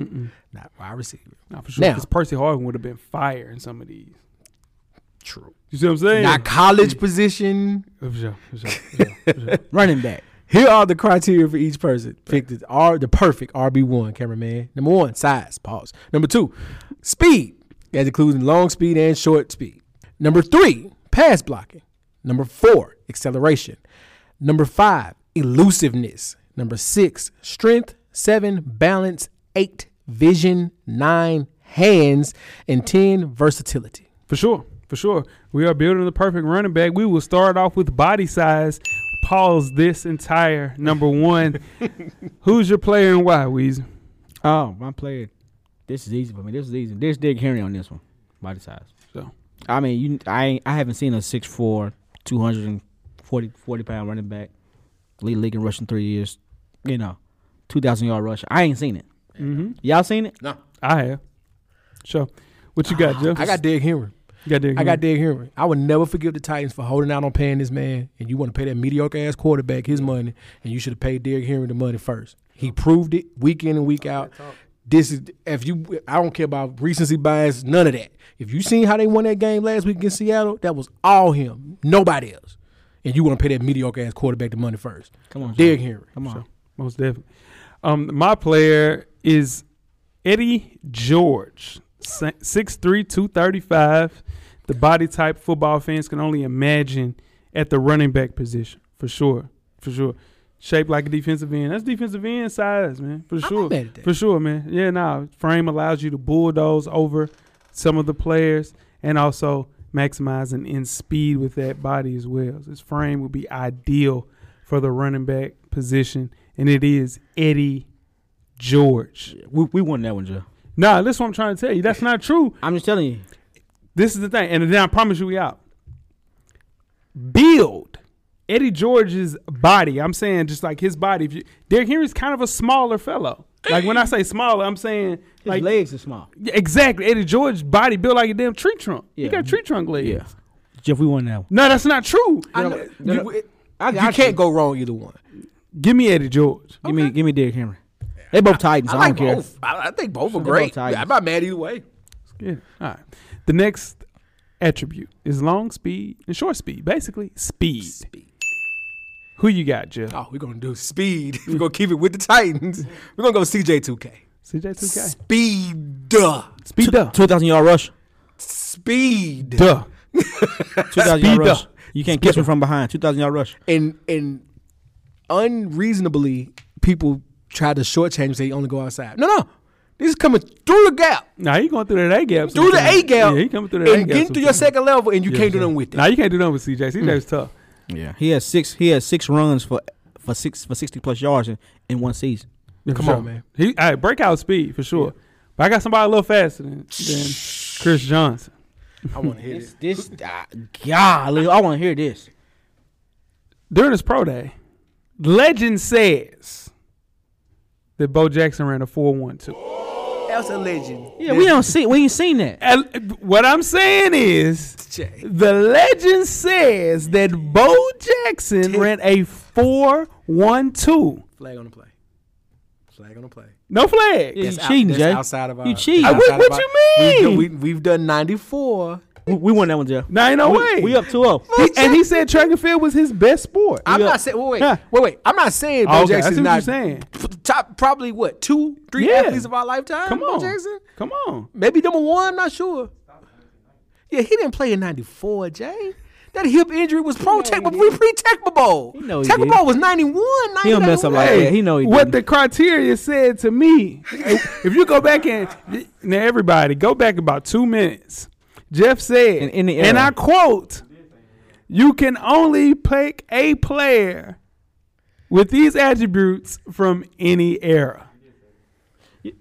not wide receiver. Not for sure. Now- Because Percy Harvin would have been fire in some of these. True. You see what I'm saying? Not college position. For sure, for sure, for sure, for sure. Running back. Here are the criteria for each person. Pick the R the perfect RB one, cameraman. Number one, size. Pause. Number two, speed. That includes long speed and short speed. Number three, pass blocking. Number four, acceleration. Number five, elusiveness. Number six, strength. Seven, balance. Eight, vision. Nine, hands. And ten, versatility. For sure. For sure. We are building the perfect running back. We will start off with body size. Pause this entire number [laughs] one. Who's your player and why, Weezy? Oh, my player. This is easy for me. This is easy. There's Dick Henry on this one. Body size. So I mean, you. I ain't- I haven't seen a 6'4", 240 40 pound running back lead the league in rushing three years. You know, two thousand yard rush. I ain't seen it. hmm Y'all seen it? I have. So what you [sighs] got, Jeff? I got Derrick Henry. You got Derrick I got Henry? Derrick Henry. I would never forgive the Titans for holding out on paying this man, and you want to pay that mediocre ass quarterback his money, and you should have paid Derrick Henry the money first. He proved it week in and week out. This is if you. I don't care about recency bias, none of that. If you seen how they won that game last week against Seattle, that was all him, nobody else. And you want to pay that mediocre ass quarterback the money first? Come on, Derrick John. Henry. Come on. Most definitely. Um, my player is Eddie George, si- 6'3", 235. The body type football fans can only imagine at the running back position, for sure, for sure. Shaped like a defensive end. That's defensive end size, man, for not sure, mad at that. for sure, man. Yeah, nah. Frame allows you to bulldoze over some of the players and also maximizing in speed with that body as well. This frame would be ideal for the running back position, and it is Eddie George. We we won that one, Joe. Nah, that's what I'm trying to tell you. That's not true. I'm just telling you. This is the thing, and then I promise you, we out. build Eddie George's body. I'm saying just like his body. If you, Derrick Henry's kind of a smaller fellow. Like when I say smaller, I'm saying His like legs are small. Yeah, exactly. Eddie George's body built like a damn tree trunk. He Yeah. got tree trunk legs. Yeah. Jeff, we won that one. No, that's not true. You, know- you- you- it- I you got can't go wrong either one. Give me Eddie George. Give me, give me Derrick Henry. They both Titans. I, like don't care. both. I, I think both are both great. Titans. I'm not mad either way. Yeah. All right. The next attribute is long speed and short speed. Basically, speed. Who you got, Jeff? Oh, we're gonna do speed. [laughs] we're gonna keep it with the Titans. We're gonna go CJ two K. CJ2K. Speed. Speed up. Two thousand yard rush. Speed. Duh. Two thousand yard Speed rush. up. You can't catch me from behind. Two thousand yard rush. And and unreasonably, people try to shortchange. They only go outside. No, no. This is coming through the gap, Now you going through that A gap. through the sometime. A gap, Yeah, he coming through that A and gap. getting through your sometime. second level, and you can't do nothing with it. Mm. Nah, you can't do nothing with CJ. CJ's tough. Yeah. He has six. He has six runs for for six for sixty plus yards in, in one season. Yeah, for Come sure. on, man. He all right, breakout speed for sure. But I got somebody a little faster than, than Chris Johnson. I want to hit it. This, this ah, golly, I want to hear this. During his pro day, legend says that Bo Jackson ran a four one two. That's a legend. Yeah, we don't see. We ain't seen that. And what I'm saying is, Jay. the legend says that Bo Jackson ran a 4 1 2. Flag on the play. Flag on the play. No flag. Yeah, That's you out- cheating, that's Jay. outside of our- you cheating. I- what- outside what of you our- mean? We've done, we, have done 94. we, we won that one, Jeff. Now, ain't no we, way. We up oh. 2-0. He- and he said track and field was his best sport. I'm Yeah. not saying. Wait, Huh. wait, wait, wait. I'm not saying Okay, Bo I see Jackson's what not you're saying. f- top, probably what two, three Yeah. athletes of our lifetime. Come Bo on. Jackson. Come on. Maybe number one. I'm not sure. Yeah, he didn't play in '94, Jay. That hip injury was pro tech, but we pre Tecmo Bowl. He know he Tecmo did. Bowl was '91. He don't mess up like that. He know he what did. the criteria said to me. if you go back and now everybody go back about two minutes. Jeff said, In- in the and era. I quote, "You can only pick a player with these attributes from any era."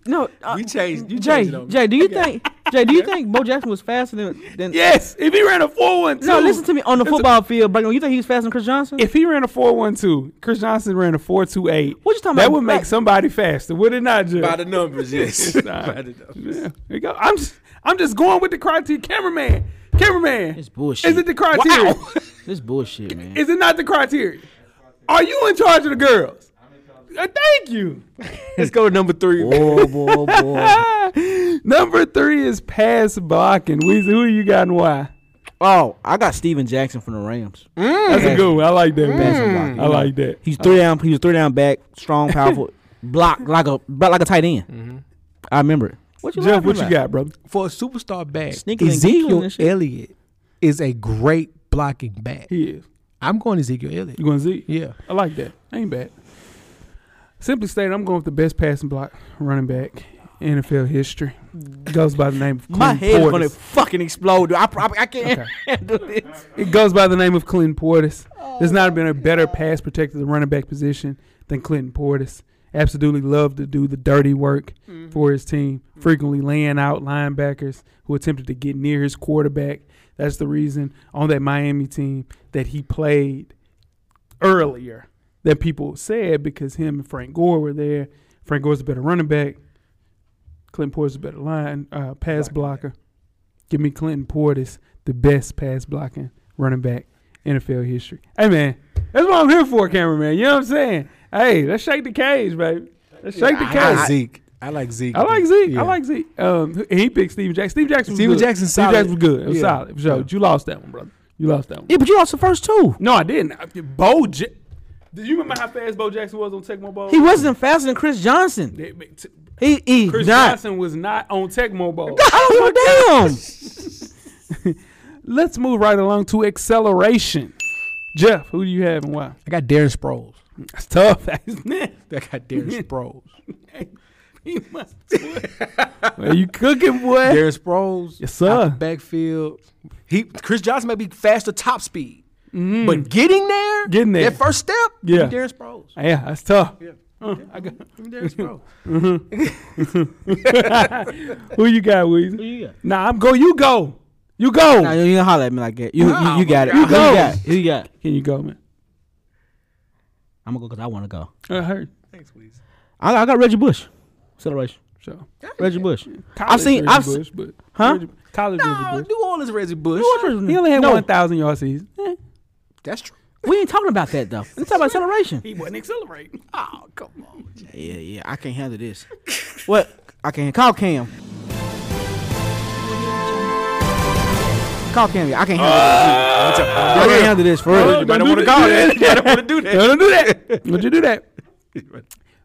No, uh, We changed- you Jay, changed it on me. Jay, do you think? Jay, do you think Bo Jackson was faster than? than Yes, if he ran a four-one-two. No, listen to me. On the football field, Brandon, you think he was faster than Chris Johnson? If he ran a four-one-two, Chris Johnson ran a four-two-eight. What you talking That about? would make Like- somebody faster, would it not, Jeff? by the numbers. Yes, by the numbers. [laughs] Yeah, there you go. I'm just, I'm just going with the criteria. Cameraman, cameraman. It's bullshit. Is it the criteria? this bullshit, [laughs] man. Is it not the criteria? Are you in charge of the girls? Uh, thank you. Let's go to number three. boy, boy, boy. Number three is pass blocking. Weezy, who you got and why? [laughs] Oh, I got Steven Jackson from the Rams. That's a good one. I like that. Pass Man. and block. I like that. He's three down. He was three down back, [laughs] strong, powerful, block like a block like a tight end. I remember it. What you Jeff, laughing what you about? got, brother? For a superstar back, Sneaking and giggling Ezekiel and shit. Elliott is a great blocking back. He is. I'm going Ezekiel Elliott. You going to see? Yeah. I like that. Ain't bad. Simply stated, I'm going with the best passing block running back in NFL history. Goes by the name of Clinton My head is gonna Portis. fucking explode. Dude. I probably I can't [laughs] handle this. It goes by the name of Clinton Portis. There's not been a better pass protector at the running back position than Clinton Portis. Absolutely loved to do the dirty work for his team, frequently laying out linebackers who attempted to get near his quarterback. That's the reason on that Miami team that he played earlier than people said because him and Frank Gore were there. Frank Gore's a better running back. Clinton Portis is a better line uh, pass blocker. Give me Clinton Portis, the best pass blocking running back in NFL history. Hey man, that's what I'm here for, cameraman. You know what I'm saying? Hey, let's shake the cage, baby. Let's shake the I like cage. Zeke. I like Zeke. I like Zeke. Yeah. I like Zeke. Um, he picked Steven Jackson. Steve Jackson. Was Steven good. Jackson's Steve solid. Jackson was good. It was Yeah. solid. For sure. Yeah. But You lost that one, brother. You lost that one. Yeah, but you lost the first two. No, I didn't. I- Bo. J- Do you remember how fast Bo Jackson was on Tecmo Bowl? He wasn't faster than Chris Johnson. They- but t- He he Chris not. Johnson was not on Tecmo Bowl. I don't give a damn. [laughs] Let's move right along to acceleration. Jeff, who do you have and why? I got Darren Sproles. That's tough. [laughs] That's I got Darren Sproles. He must. Are you cooking, boy? Darren Sproles. Yes, sir. out the backfield. He Chris Johnson may be faster top speed, but getting there, Getting there. that first step, Yeah. give me Darren Sproles. Yeah, that's tough. Give me Darren Sproles. Who you got, Weezy? Nah, I'm go. You go. You go. Nah, you you don't holler at me like that. You Nah, you, you got it. I'm Who a You go. got? Who you got? Can you go, man? I'm gonna go because I want to go. I heard. Thanks, Weez. I, I got Reggie Bush celebration. So Reggie Bush. College seen- Reggie I've se- Bush, but Huh? Reggie- college No, Reggie Bush. New Orleans Reggie Bush. He only had no, one thousand yard season. That's true. we ain't talking about that though. We're talking about celebration. He wasn't accelerating. Oh, come on. Jay. Yeah, yeah, I can't handle this. [laughs] what? I can't call Cam. Call Cam. I can't handle this. I can't handle this for real. You might not want to go [laughs] there. You might not want to do that. Don't do that. Would you do [laughs] that?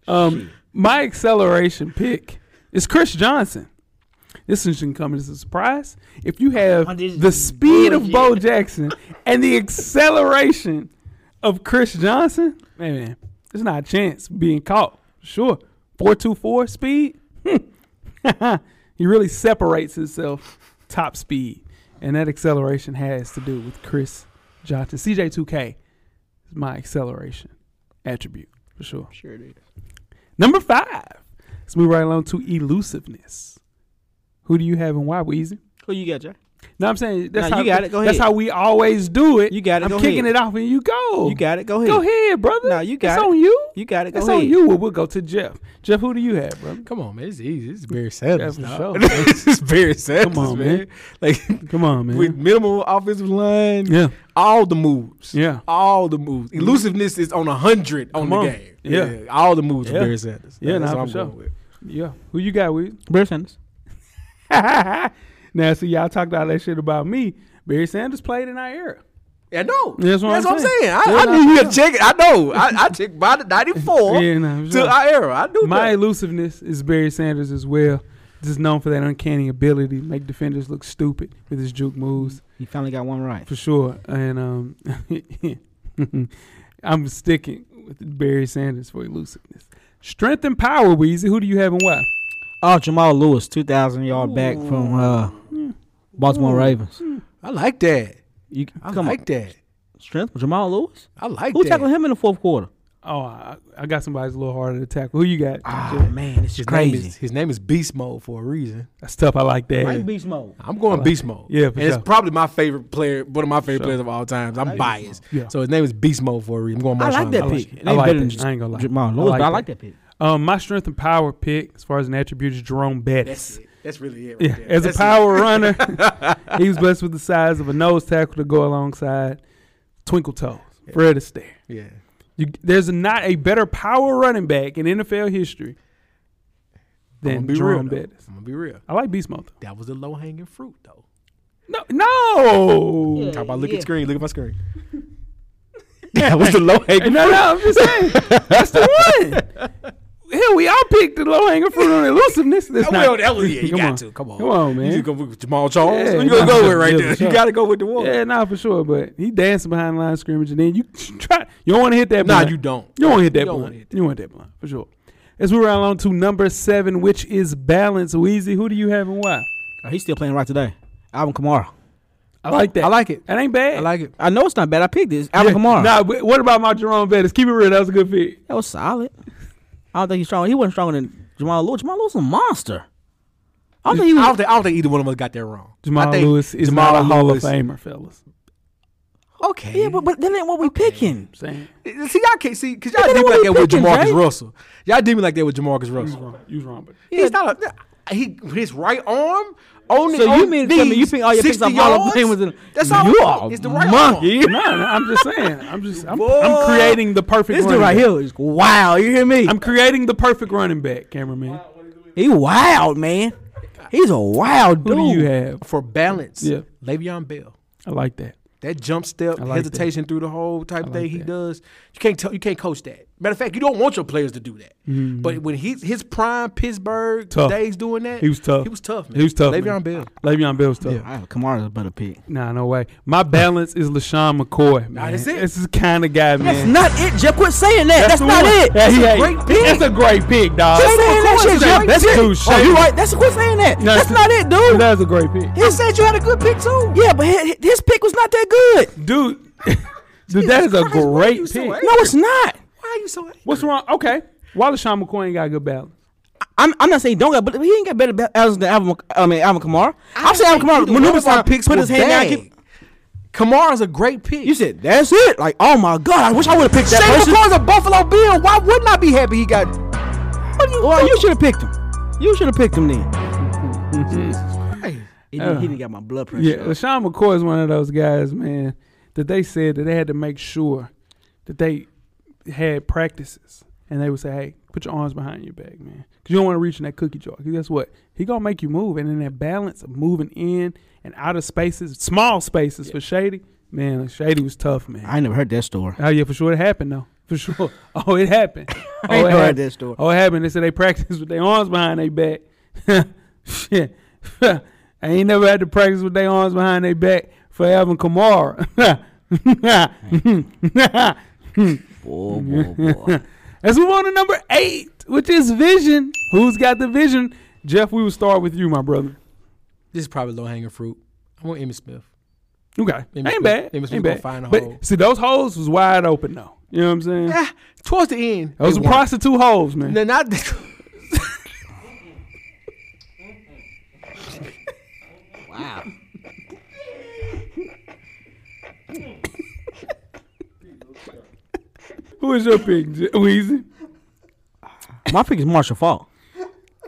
Um, my acceleration pick is Chris Johnson. This one shouldn't come as a surprise. If you have this the is speed of Bo Jackson and the acceleration of Chris Johnson, man, man, there's not a chance of being caught. Sure, four two four speed. [laughs] Hmm. he really separates himself top speed, and that acceleration has to do with Chris Johnson. CJ two K is my acceleration attribute for sure. Sure it is. Number five. Let's move right along to elusiveness. Who do you have and why, Weezy? Who you got, Jay? No, I'm saying that's Nah, how you got it. Go that's ahead. how we always do it. You got it. I'm Go kicking it ahead. off and you go. You got it. Go ahead. Go ahead, brother. Nah, you got it's it. on you. You got it. Go it's ahead. on you. Well, we'll go to Jeff. Jeff, who do you have, brother? Come on, man. It's [laughs] easy. It's Barry Yeah, for Sanders. sure. dog. This is Barry Sanders, on, man. man. [laughs] Like Come on, man. with minimal offensive line. Yeah. All the moves. Yeah. All the moves. Elusiveness is on a hundred on Come the on. game. Yeah. All the moves Yeah. for Barry Sanders. Yeah, That's nah, what I'm for sure. going with. yeah. Who you got, Weezy? Barry Sanders. [laughs] now, see, y'all talked all that shit about me. Barry Sanders played in our era. Yeah, no. That's what I'm saying. I, Yeah, I nah, knew you for had to check it. I know. I, I checked by the [laughs] 94 Yeah, nah, for to sure. our era. I knew My that. elusiveness is Barry Sanders as well. Just known for that uncanny ability to make defenders look stupid with his juke moves. He finally got one right. for sure. And um, [laughs] I'm sticking with Barry Sanders for elusiveness, strength, and power. Weezy, who do you have and why? Oh, Jamal Lewis, two thousand yard back from uh, Baltimore Ravens. I like that. You I come like on, that. strength Jamal Lewis. I like Who that. tackled him in the fourth quarter? Oh, I, I got somebody's a little harder to tackle. Who you got? Oh man, this is His Name crazy. is, his name is Beast Mode for a reason. That's tough. I like that. Mike Beast mode. I'm going Beast Mode. Yeah, for and it's sure. probably my favorite player, one of my favorite players of all times. I'm biased. Yeah. So his name is Beast Mode for a reason. I'm going I like Marshawn that Lynch. pick. it. It ain't I like better than that. I ain't gonna lie. Jamal I Lewis, like but I that. like that pick. Um, my strength and power pick, as far as an attribute, is Jerome Bettis. That's it. That's really it. Right Yeah, there. as a That's power [laughs] runner, he was blessed with the size of a nose tackle to go alongside Twinkle Toes, Fred Astaire. It. Yeah. You, there's not a better power running back in NFL history I'm than gonna be real. Jerome though. Bettis. I'm gonna be real. I like Beast Mode. though. That was the low hanging fruit though. No, no, How about look yeah. at screen? Look at [laughs] my screen. [laughs] that was the low Hey, hanging. no, no. I'm just saying that's the [laughs] one. Hell, we all picked the low hanging fruit on elusiveness. That's not, Well, that was yeah. [laughs] You Come got on. to come on. Come on, man. You just gonna go with Jamal Jones. Yeah, Who you gonna nah, go with right yeah, there? for sure. You gotta go with the one. yeah, nah, for sure. But he dancing behind the line of scrimmage, and then you [laughs] try. You don't want to hit that. Nah, blunt. you don't. You don't want to hit that You don't wanna blunt. hit You want that blunt for sure. Let's move right along to number seven, which is balance. Wheezy, who do you have and why? Uh, He's still playing right today. Alvin Kamara. I like that. I like it. That ain't bad. I like it. I know it's not bad. I picked this. Alvin Kamara. Nah, but what about my Jerome Bettis? Keep it real. That was a good pick. That was solid. I don't think he's strong. He wasn't stronger than Jamal Lewis. Jamal Lewis is a monster. I don't think he I was. don't think I don't think either one of us got that wrong. Jamal I think Lewis is Jamal not a Hall Lewis- of Famer, fellas. Okay. yeah, but, but that ain't what we picking. Saying See, y'all can't see because y'all But did then me what like we that with picking, Jamarcus Jay? Russell. Y'all did me like that with Jamarcus Russell. you was wrong, but He's not a he. His right arm only. So you on mean to tell me you these think all your picks 60 are Hall of yards? Famers and- That's all. You You are It's the right monkey. arm. no, no, I'm just saying. I'm just. I'm, Boy. I'm creating the perfect. This running dude right back. here is wow. You hear me? I'm creating the perfect running back, cameraman. he wild, man. He's a wild Who dude. do you have? For balance, Yeah. Le'Veon Bell. I like that. That jump step, like hesitation through the whole type of thing he that. does, you can't tell, you can't coach that. Matter of fact, you don't want your players to do that. Mm-hmm. But when he his prime Pittsburgh Tough. days doing that, He was tough. He was tough. Man. He was tough. Le'Veon man. Bell. Le'Veon Bell was tough. Yeah. I have Kamara's a better pick. Nah, no way. My balance is LaShawn McCoy. Man. that's it. This is the kind of guy, That's man. not it, Jeff. Quit saying that. That's, the not one. it. Yeah, he That's a ain't. great pick. That's a great pick, dog. Quit saying that shit, Jeff. That's it. too Oh, shady. you right. That's quit saying that. No, That's not it, dude. That's a great [laughs] pick. He said you had a good pick too. Yeah, but hi- hi- his pick was not that good. Dude, dude that is a Christ, what great you pick. so angry? No, it's not. Why are you so? What's wrong? Okay. Why LaShawn McCoy ain't got good balance? I I'm, I'm not saying he don't got, but he ain't got better battles than Alvin. I mean, Alvin Kamara. I'm saying Alvin Kamara maneuvers our like picks put his hand down. keep- Kamara's a great pick. you said that's it. Like, oh my god, I wish I would have picked that Shane person. McCoy's a Buffalo Bill. Why wouldn't I be happy he got? What do you- Well, you should have picked him. You should have picked him then. He didn't, he didn't got my blood pressure. Yeah, up. LaShawn McCoy is one of those guys, man, that they said that they had to make sure that they had practices. And they would say, hey, put your arms behind your back, man. Because you don't want to reach in that cookie jar. 'Cause guess what? He going to make you move. And in that balance of moving in and out of spaces, small spaces for Shady, man, Shady was tough, man. I ain't never heard that story. Oh yeah, for sure it happened though. For sure. [laughs] Oh, it happened. I ain't oh, it heard happened. that story. Oh, it happened. They said they practiced with their arms behind their back. [laughs] Shit. I ain't never had to practice with their arms behind their back for Alvin Kamara. [laughs] Boy, boy, boy. [laughs] Let's move on to number eight, which is vision. Who's got the vision? Jeff, we will start with you, my brother. This is probably low hanging fruit. I want Emmitt Smith. Okay. Emmitt ain't Smith- bad. Emmitt Smith ain't gonna bad. find a but hole. see, those holes was wide open though. You know what I'm saying? Ah, towards the end, Those they were won. prostitute holes, man. [laughs] No, not. Wow. Who is your pick, J- Weezy? My pick is Marshall Falk.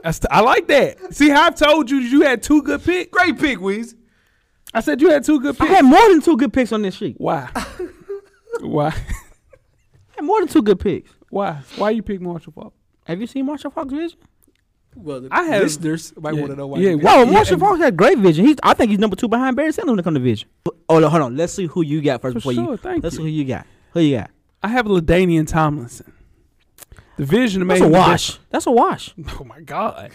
I, st- I like that. See how I told you you had two good picks? Great pick, Weez. I said you had two good I picks. had more than two good picks on this sheet. [laughs] Why? Why? [laughs] I had more than two good picks. Why? Why you pick Marshall Falk? Have you seen Marshall Falk's vision? [laughs] Well, the I have- listeners might yeah, want to know why. yeah, you picked why- Whoa, Yeah, Oh, Marshall and- Falk had great vision. He's, I think he's number two behind Barry Sanders when it comes to vision. Oh, no, hold on. Let's see who you got first For before sure, you. thank Let's you. see who you got. Who you got? I have Ladanian Tomlinson. The vision made That's a him the wash. That's a wash. best- Oh my god.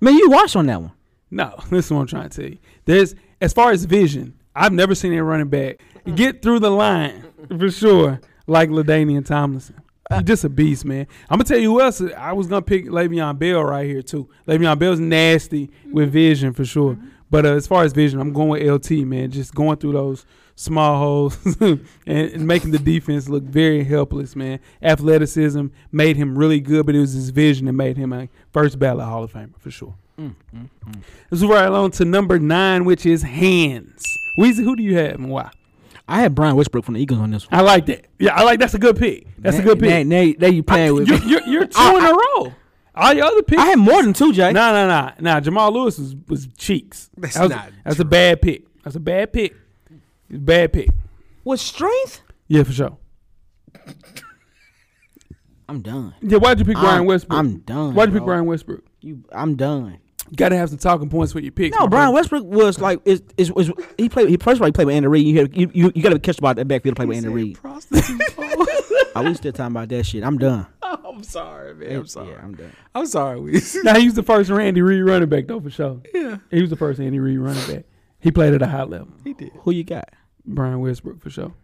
Man, you washed on that one. No, [laughs] this is what I'm trying to tell you. There's as far as vision, I've never seen a running back get through the line for sure, like Ladanian Tomlinson. He's just a beast, man. I'm gonna tell you who else. I was gonna pick Le'Veon Bell right here too. Le'Veon Bell's nasty with vision for sure. But uh, as far as vision, I'm going with LT, man. Just going through those small holes [laughs] and, and making the defense look very helpless, man. Athleticism made him really good, but it was his vision that made him a first ballot Hall of Famer for sure. Let's move right along to number nine, which is hands. Weezy, who do you have and why? I had Brian Westbrook from the Eagles on this one. I like that. Yeah, I like that's a good pick. That's a good pick. Now, now, now you playing with You're, me. you're, you're 2 in I- a row. All your other picks. I had more than two, Jay. Nah, nah, nah, nah. Jamal Lewis was, was cheeks. That's that was, not That's a bad pick. That's a bad pick. Bad pick. With strength? Yeah, for sure. I'm done. Yeah, why'd you pick Brian I'm- Westbrook? I'm done, Why'd you pick bro. Brian Westbrook? You, I'm done. You gotta have some talking points with your picks. No, my Brian brother. Westbrook was like is, is, is he played he first of all he played with Andy Reid. You had, you, you, you got to catch the ball at that backfield to play with Andy Reid. [laughs] Are we still talking about that shit? I'm [laughs] done. I'm sorry, man. I'm sorry. Yeah, I'm done. I'm sorry, [laughs] Weez. Now he was the first Randy Reed running back though, for sure. Yeah, he was the first Andy Reed running back. He played at a high level. Who you got? Brian Westbrook for sure.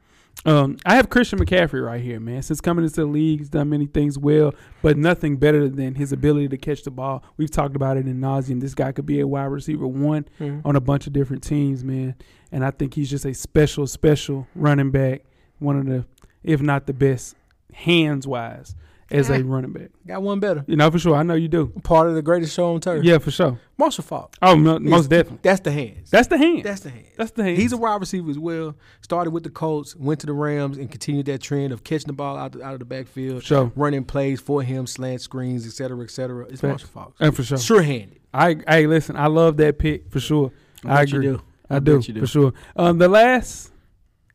Um, I have Christian McCaffrey right here, man. Since coming into the league, he's done many things well, but nothing better than his ability to catch the ball. We've talked about it in nauseum. This guy could be a wide receiver one Mm-hmm. on a bunch of different teams, man. And I think he's just a special, special running back. One of the, if not the best, hands wise as [laughs] a running back. Got one better. You know for sure. I know you do. Part of the greatest show on turf. Yeah, for sure. Marshall Falk. Oh, no, most definitely. That's the hands. That's the hand. That's the hands. That's the hand. He's a wide receiver as well. Started with the Colts, went to the Rams, and continued that trend of catching the ball out, the, out of the backfield, Sure. running plays for him, slant screens, et cetera, et cetera. It's Facts. Marshall Falk. and for sure. Sure-handed. I hey, listen, I love that pick for sure. I, bet you agree. do. I, I do, bet you do. for sure. Um, the last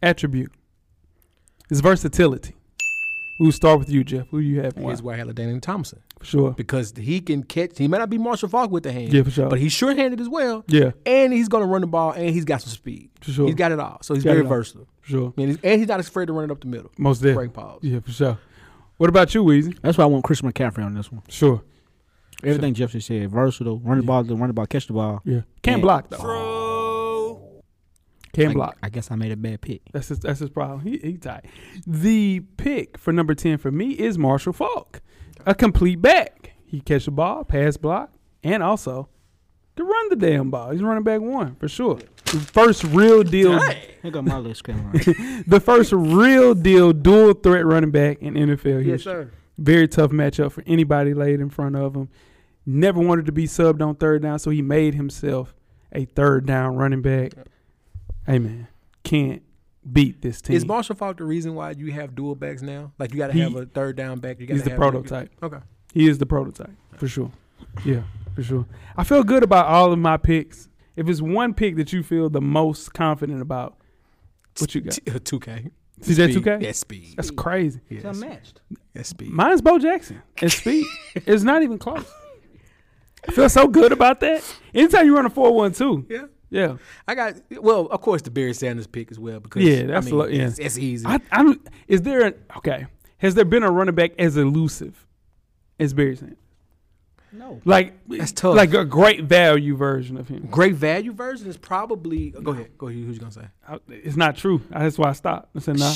attribute is versatility. We'll start with you, Jeff. Who you have? and why? Here's why I had LaDainian Thompson For sure. because he can catch. He may not be Marshall Falk with the hand, Yeah, for sure. but he's sure-handed as well. Yeah, And he's going to run the ball, and he's got some speed. For sure. He's got it all, so he's Got very it all. versatile. for sure. I mean, he's- and he's not afraid to run it up the middle. Most definitely. Break pause. Yeah, for sure. What about you, Weezy? That's why I want Christian McCaffrey on this one. Sure. Everything Jeff just said, versatile, run the ball, run the ball, catch the ball. Yeah. Can't Yeah. block though. Can't Like, block. I guess I made a bad pick. That's his, that's his problem. He, he tight. The pick for number 10 for me is Marshall Falk, a complete back. He catch the ball, pass block, and also to run the damn ball. He's running back one for sure. The first real deal, Here go my [laughs] little scrambling. Right. the first real deal dual threat running back in NFL history. sir. Very tough matchup for anybody laid in front of him. never wanted to be subbed on third down, so he made himself a third down running back. Hey man, can't beat this team. Is Marshall Falk the reason why you have dual backs now? Like you got to He- have a third down back. You gotta he's the have prototype. Okay. He is the prototype for sure. Yeah, for sure. I feel good about all of my picks. If it's one pick that you feel the most confident about, what you got? uh, Two K. CJ2K? Yeah, speed. That's crazy. Yeah, It's that's- unmatched. that's speed. Mine's Bo Jackson and [laughs] speed. it's not even close. I feel so good about that. Anytime you run a four one two, yeah. yeah, I got well, of course, the Barry Sanders pick as well because Yeah, that's I a mean, lot- yeah. it's, it's easy. I, I don't. Is there an okay? Has there been a running back as elusive as Barry Sanders? No. Like That's tough. Like a great value version of him. Great value version is probably go ahead. Go ahead. Who's you gonna say? I- it's not true. That's why I stopped. I said no.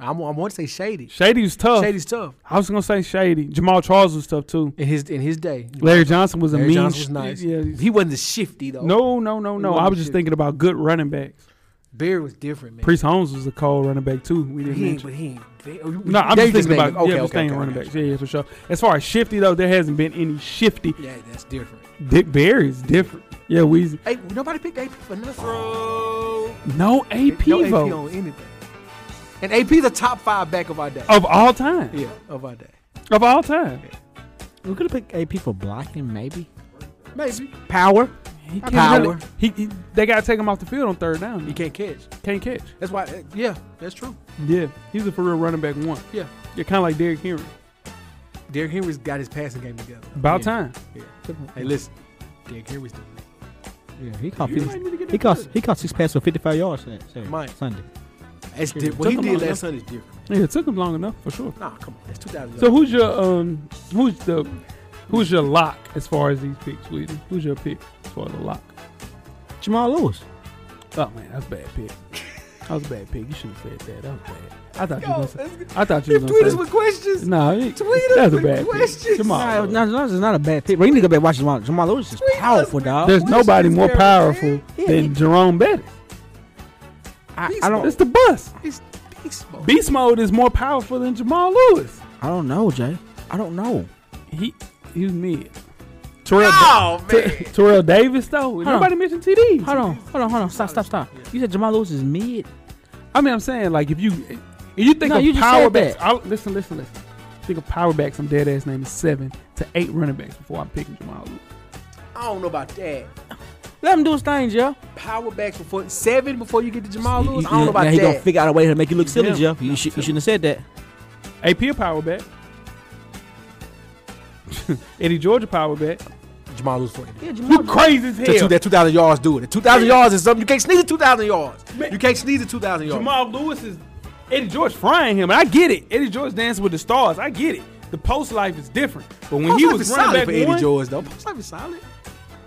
I'm, I want to say Shady. Shady was tough. Shady's tough I was gonna say Shady. Jamal Charles was tough too. in his in his day. Larry Johnson was a Larry mean. Johnson was sh- nice. Yeah. He wasn't as shifty though. no, no, no, no. wasn't I was just shit. thinking about good running backs. Barry was different, man. Priest Holmes was a cold running back too. We didn't he mention. ain't, but he ain't. Barry- you- No, I'm they just thinking named about him. yeah, I'm just thinking running okay. backs. Yeah, yeah, for sure. As far as shifty though, there hasn't been any shifty. Yeah, that's different. Dick Barry's different. Yeah, Weezy. Hey, nobody picked AP for nothing. No AP no AP vote on anything. And AP's the top five back of our day. of all time. Yeah, of our day. Of all time. We could have picked AP for blocking, maybe. Maybe Power. He can't Power. really- he, he- they gotta take him off the field on third down. he He can't catch. can't catch. That's why. uh, Yeah, that's true. Yeah, he's a for real running back one. Yeah. You're kind of like Derrick Henry. Derrick Henry's got his passing game together. About Yeah. time. Yeah. Hey, listen, Derrick Henry's doing it. Yeah, he caught You might need to 50, get he that caught good. he caught six passes for fifty five yards that Saturday, Mike. Sunday. That's different. Took What he him did on, last yeah. Sunday is different. Yeah, it took him long enough for sure. Nah, come on, that's 2000. So who's your um who's the who's your lock as far as these picks, Weezy? Who's your pick as far as the lock? Jamal Lewis. Oh man, that's a bad pick. That was a bad pick. You shouldn't have said that. That was bad. I thought you was gonna say. I thought you was gonna tweet us say. with questions. No, it, Tweet us that's a with bad pick. questions. Come Nah, on, nah, nah, it's not a bad pick. But you need to go back and watch Jamal. Jamal Lewis is powerful, dog. There's nobody is more Barry powerful Sanders? Yeah, than he- Jerome Bettis. I, I don't It's the bus. It's beast mode. Beast mode is more powerful than Jamal Lewis. I don't know, Jay. I don't know. He he was mid. Terrell, oh, Terrell Davis though. on. Nobody mentioned TD. Hold on, hold on, hold on. Stop, stop, stop. You said Jamal Lewis is mid. I mean, I'm saying like if you if you think No, of you just power said backs, that. I, listen, listen, listen. Think of power backs. Some dead ass name is seven to eight running backs before I'm picking Jamal Lewis. I don't know about that. Let him do his thing, Jeff. Power backs before seven before you get to Jamal Lewis. I now don't know about he gonna that. figure out a way to make you look silly, Yeah. Jeff. You, should, you shouldn't have said that. AP a power back. [laughs] Eddie Georgia power back. Jamal Lewis for it. You crazy as That, two, hell. that 2,000 yards do it. 2,000 yards is something you can't sneeze at 2,000 yards. You can't sneeze at 2,000 yards. Jamal Lewis is Eddie George frying him, and I get it. Eddie George dancing with the stars. I get it. The post life is different, but when Post he life was is running solid back for Eddie one, George, though. Post life is solid.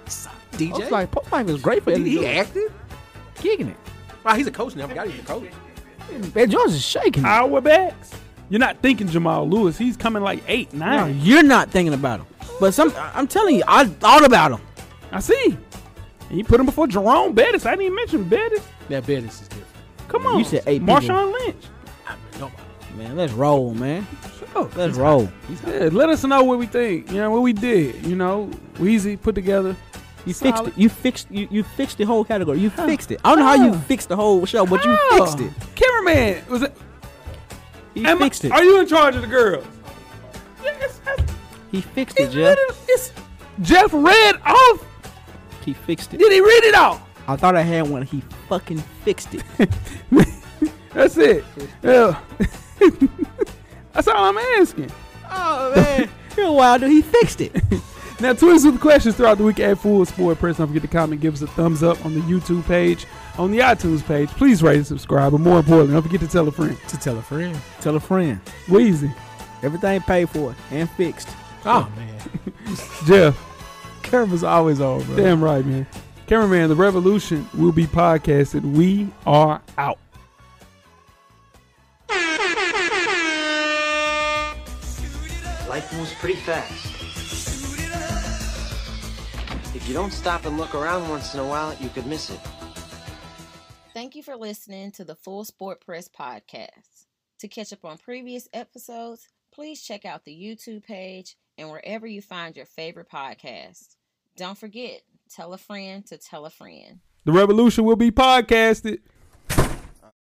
Solid. I was DJ. like, Pope Mike was great for he, Eddie he George. acted. kicking it. Wow, he's a coach now. I forgot he's a coach. Eddie George is shaking. it. power backs. You're not thinking Jamal Lewis. He's coming like eight, Now, nine. you're not thinking about him, but some I- I'm telling you, I thought about him. I see. And you put him before Jerome Bettis. I didn't even mention Bettis. That Bettis is different. Come on. You said eight people. Marshawn Lynch. I mean, nobody. Man, let's roll, man. Oh, Let's roll. yeah, let us know what we think. You know what we did. You know, Weezy put together. You Solid. fixed it. You fixed. You, you fixed the whole category. You fixed it. I don't know how you Huh. fixed the whole show, but you Oh, fixed it. Cameraman was it? He am I- fixed it. Are you in charge of the girls? Yes. I- he fixed it, It's Jeff. literally- it's- Jeff read off. He fixed it. Did he read it off? I thought I had one. He fucking fixed it. [laughs] That's it. Yeah. [laughs] That's all I'm asking. oh man, you're wild, dude. He [laughs] fixed it. Now, tweet us with questions throughout the week at Full Sport Press. Don't forget to comment, give us a thumbs up on the YouTube page, on the iTunes page. Please rate and subscribe. But more importantly, don't forget to tell a friend. To tell a friend. Tell a friend. Weezy, Everything paid for and fixed. Oh, man. [laughs] Jeff, Kermit's always on, bro. damn right, man. Cameraman, the revolution will be podcasted. We are out. Life moves pretty fast. If you don't stop and look around once in a while, you could miss it. Thank you for listening to the Full Sport Press podcast. To catch up on previous episodes, please check out the YouTube page and wherever you find your favorite podcast. Don't forget, tell a friend to tell a friend. The revolution will be podcasted.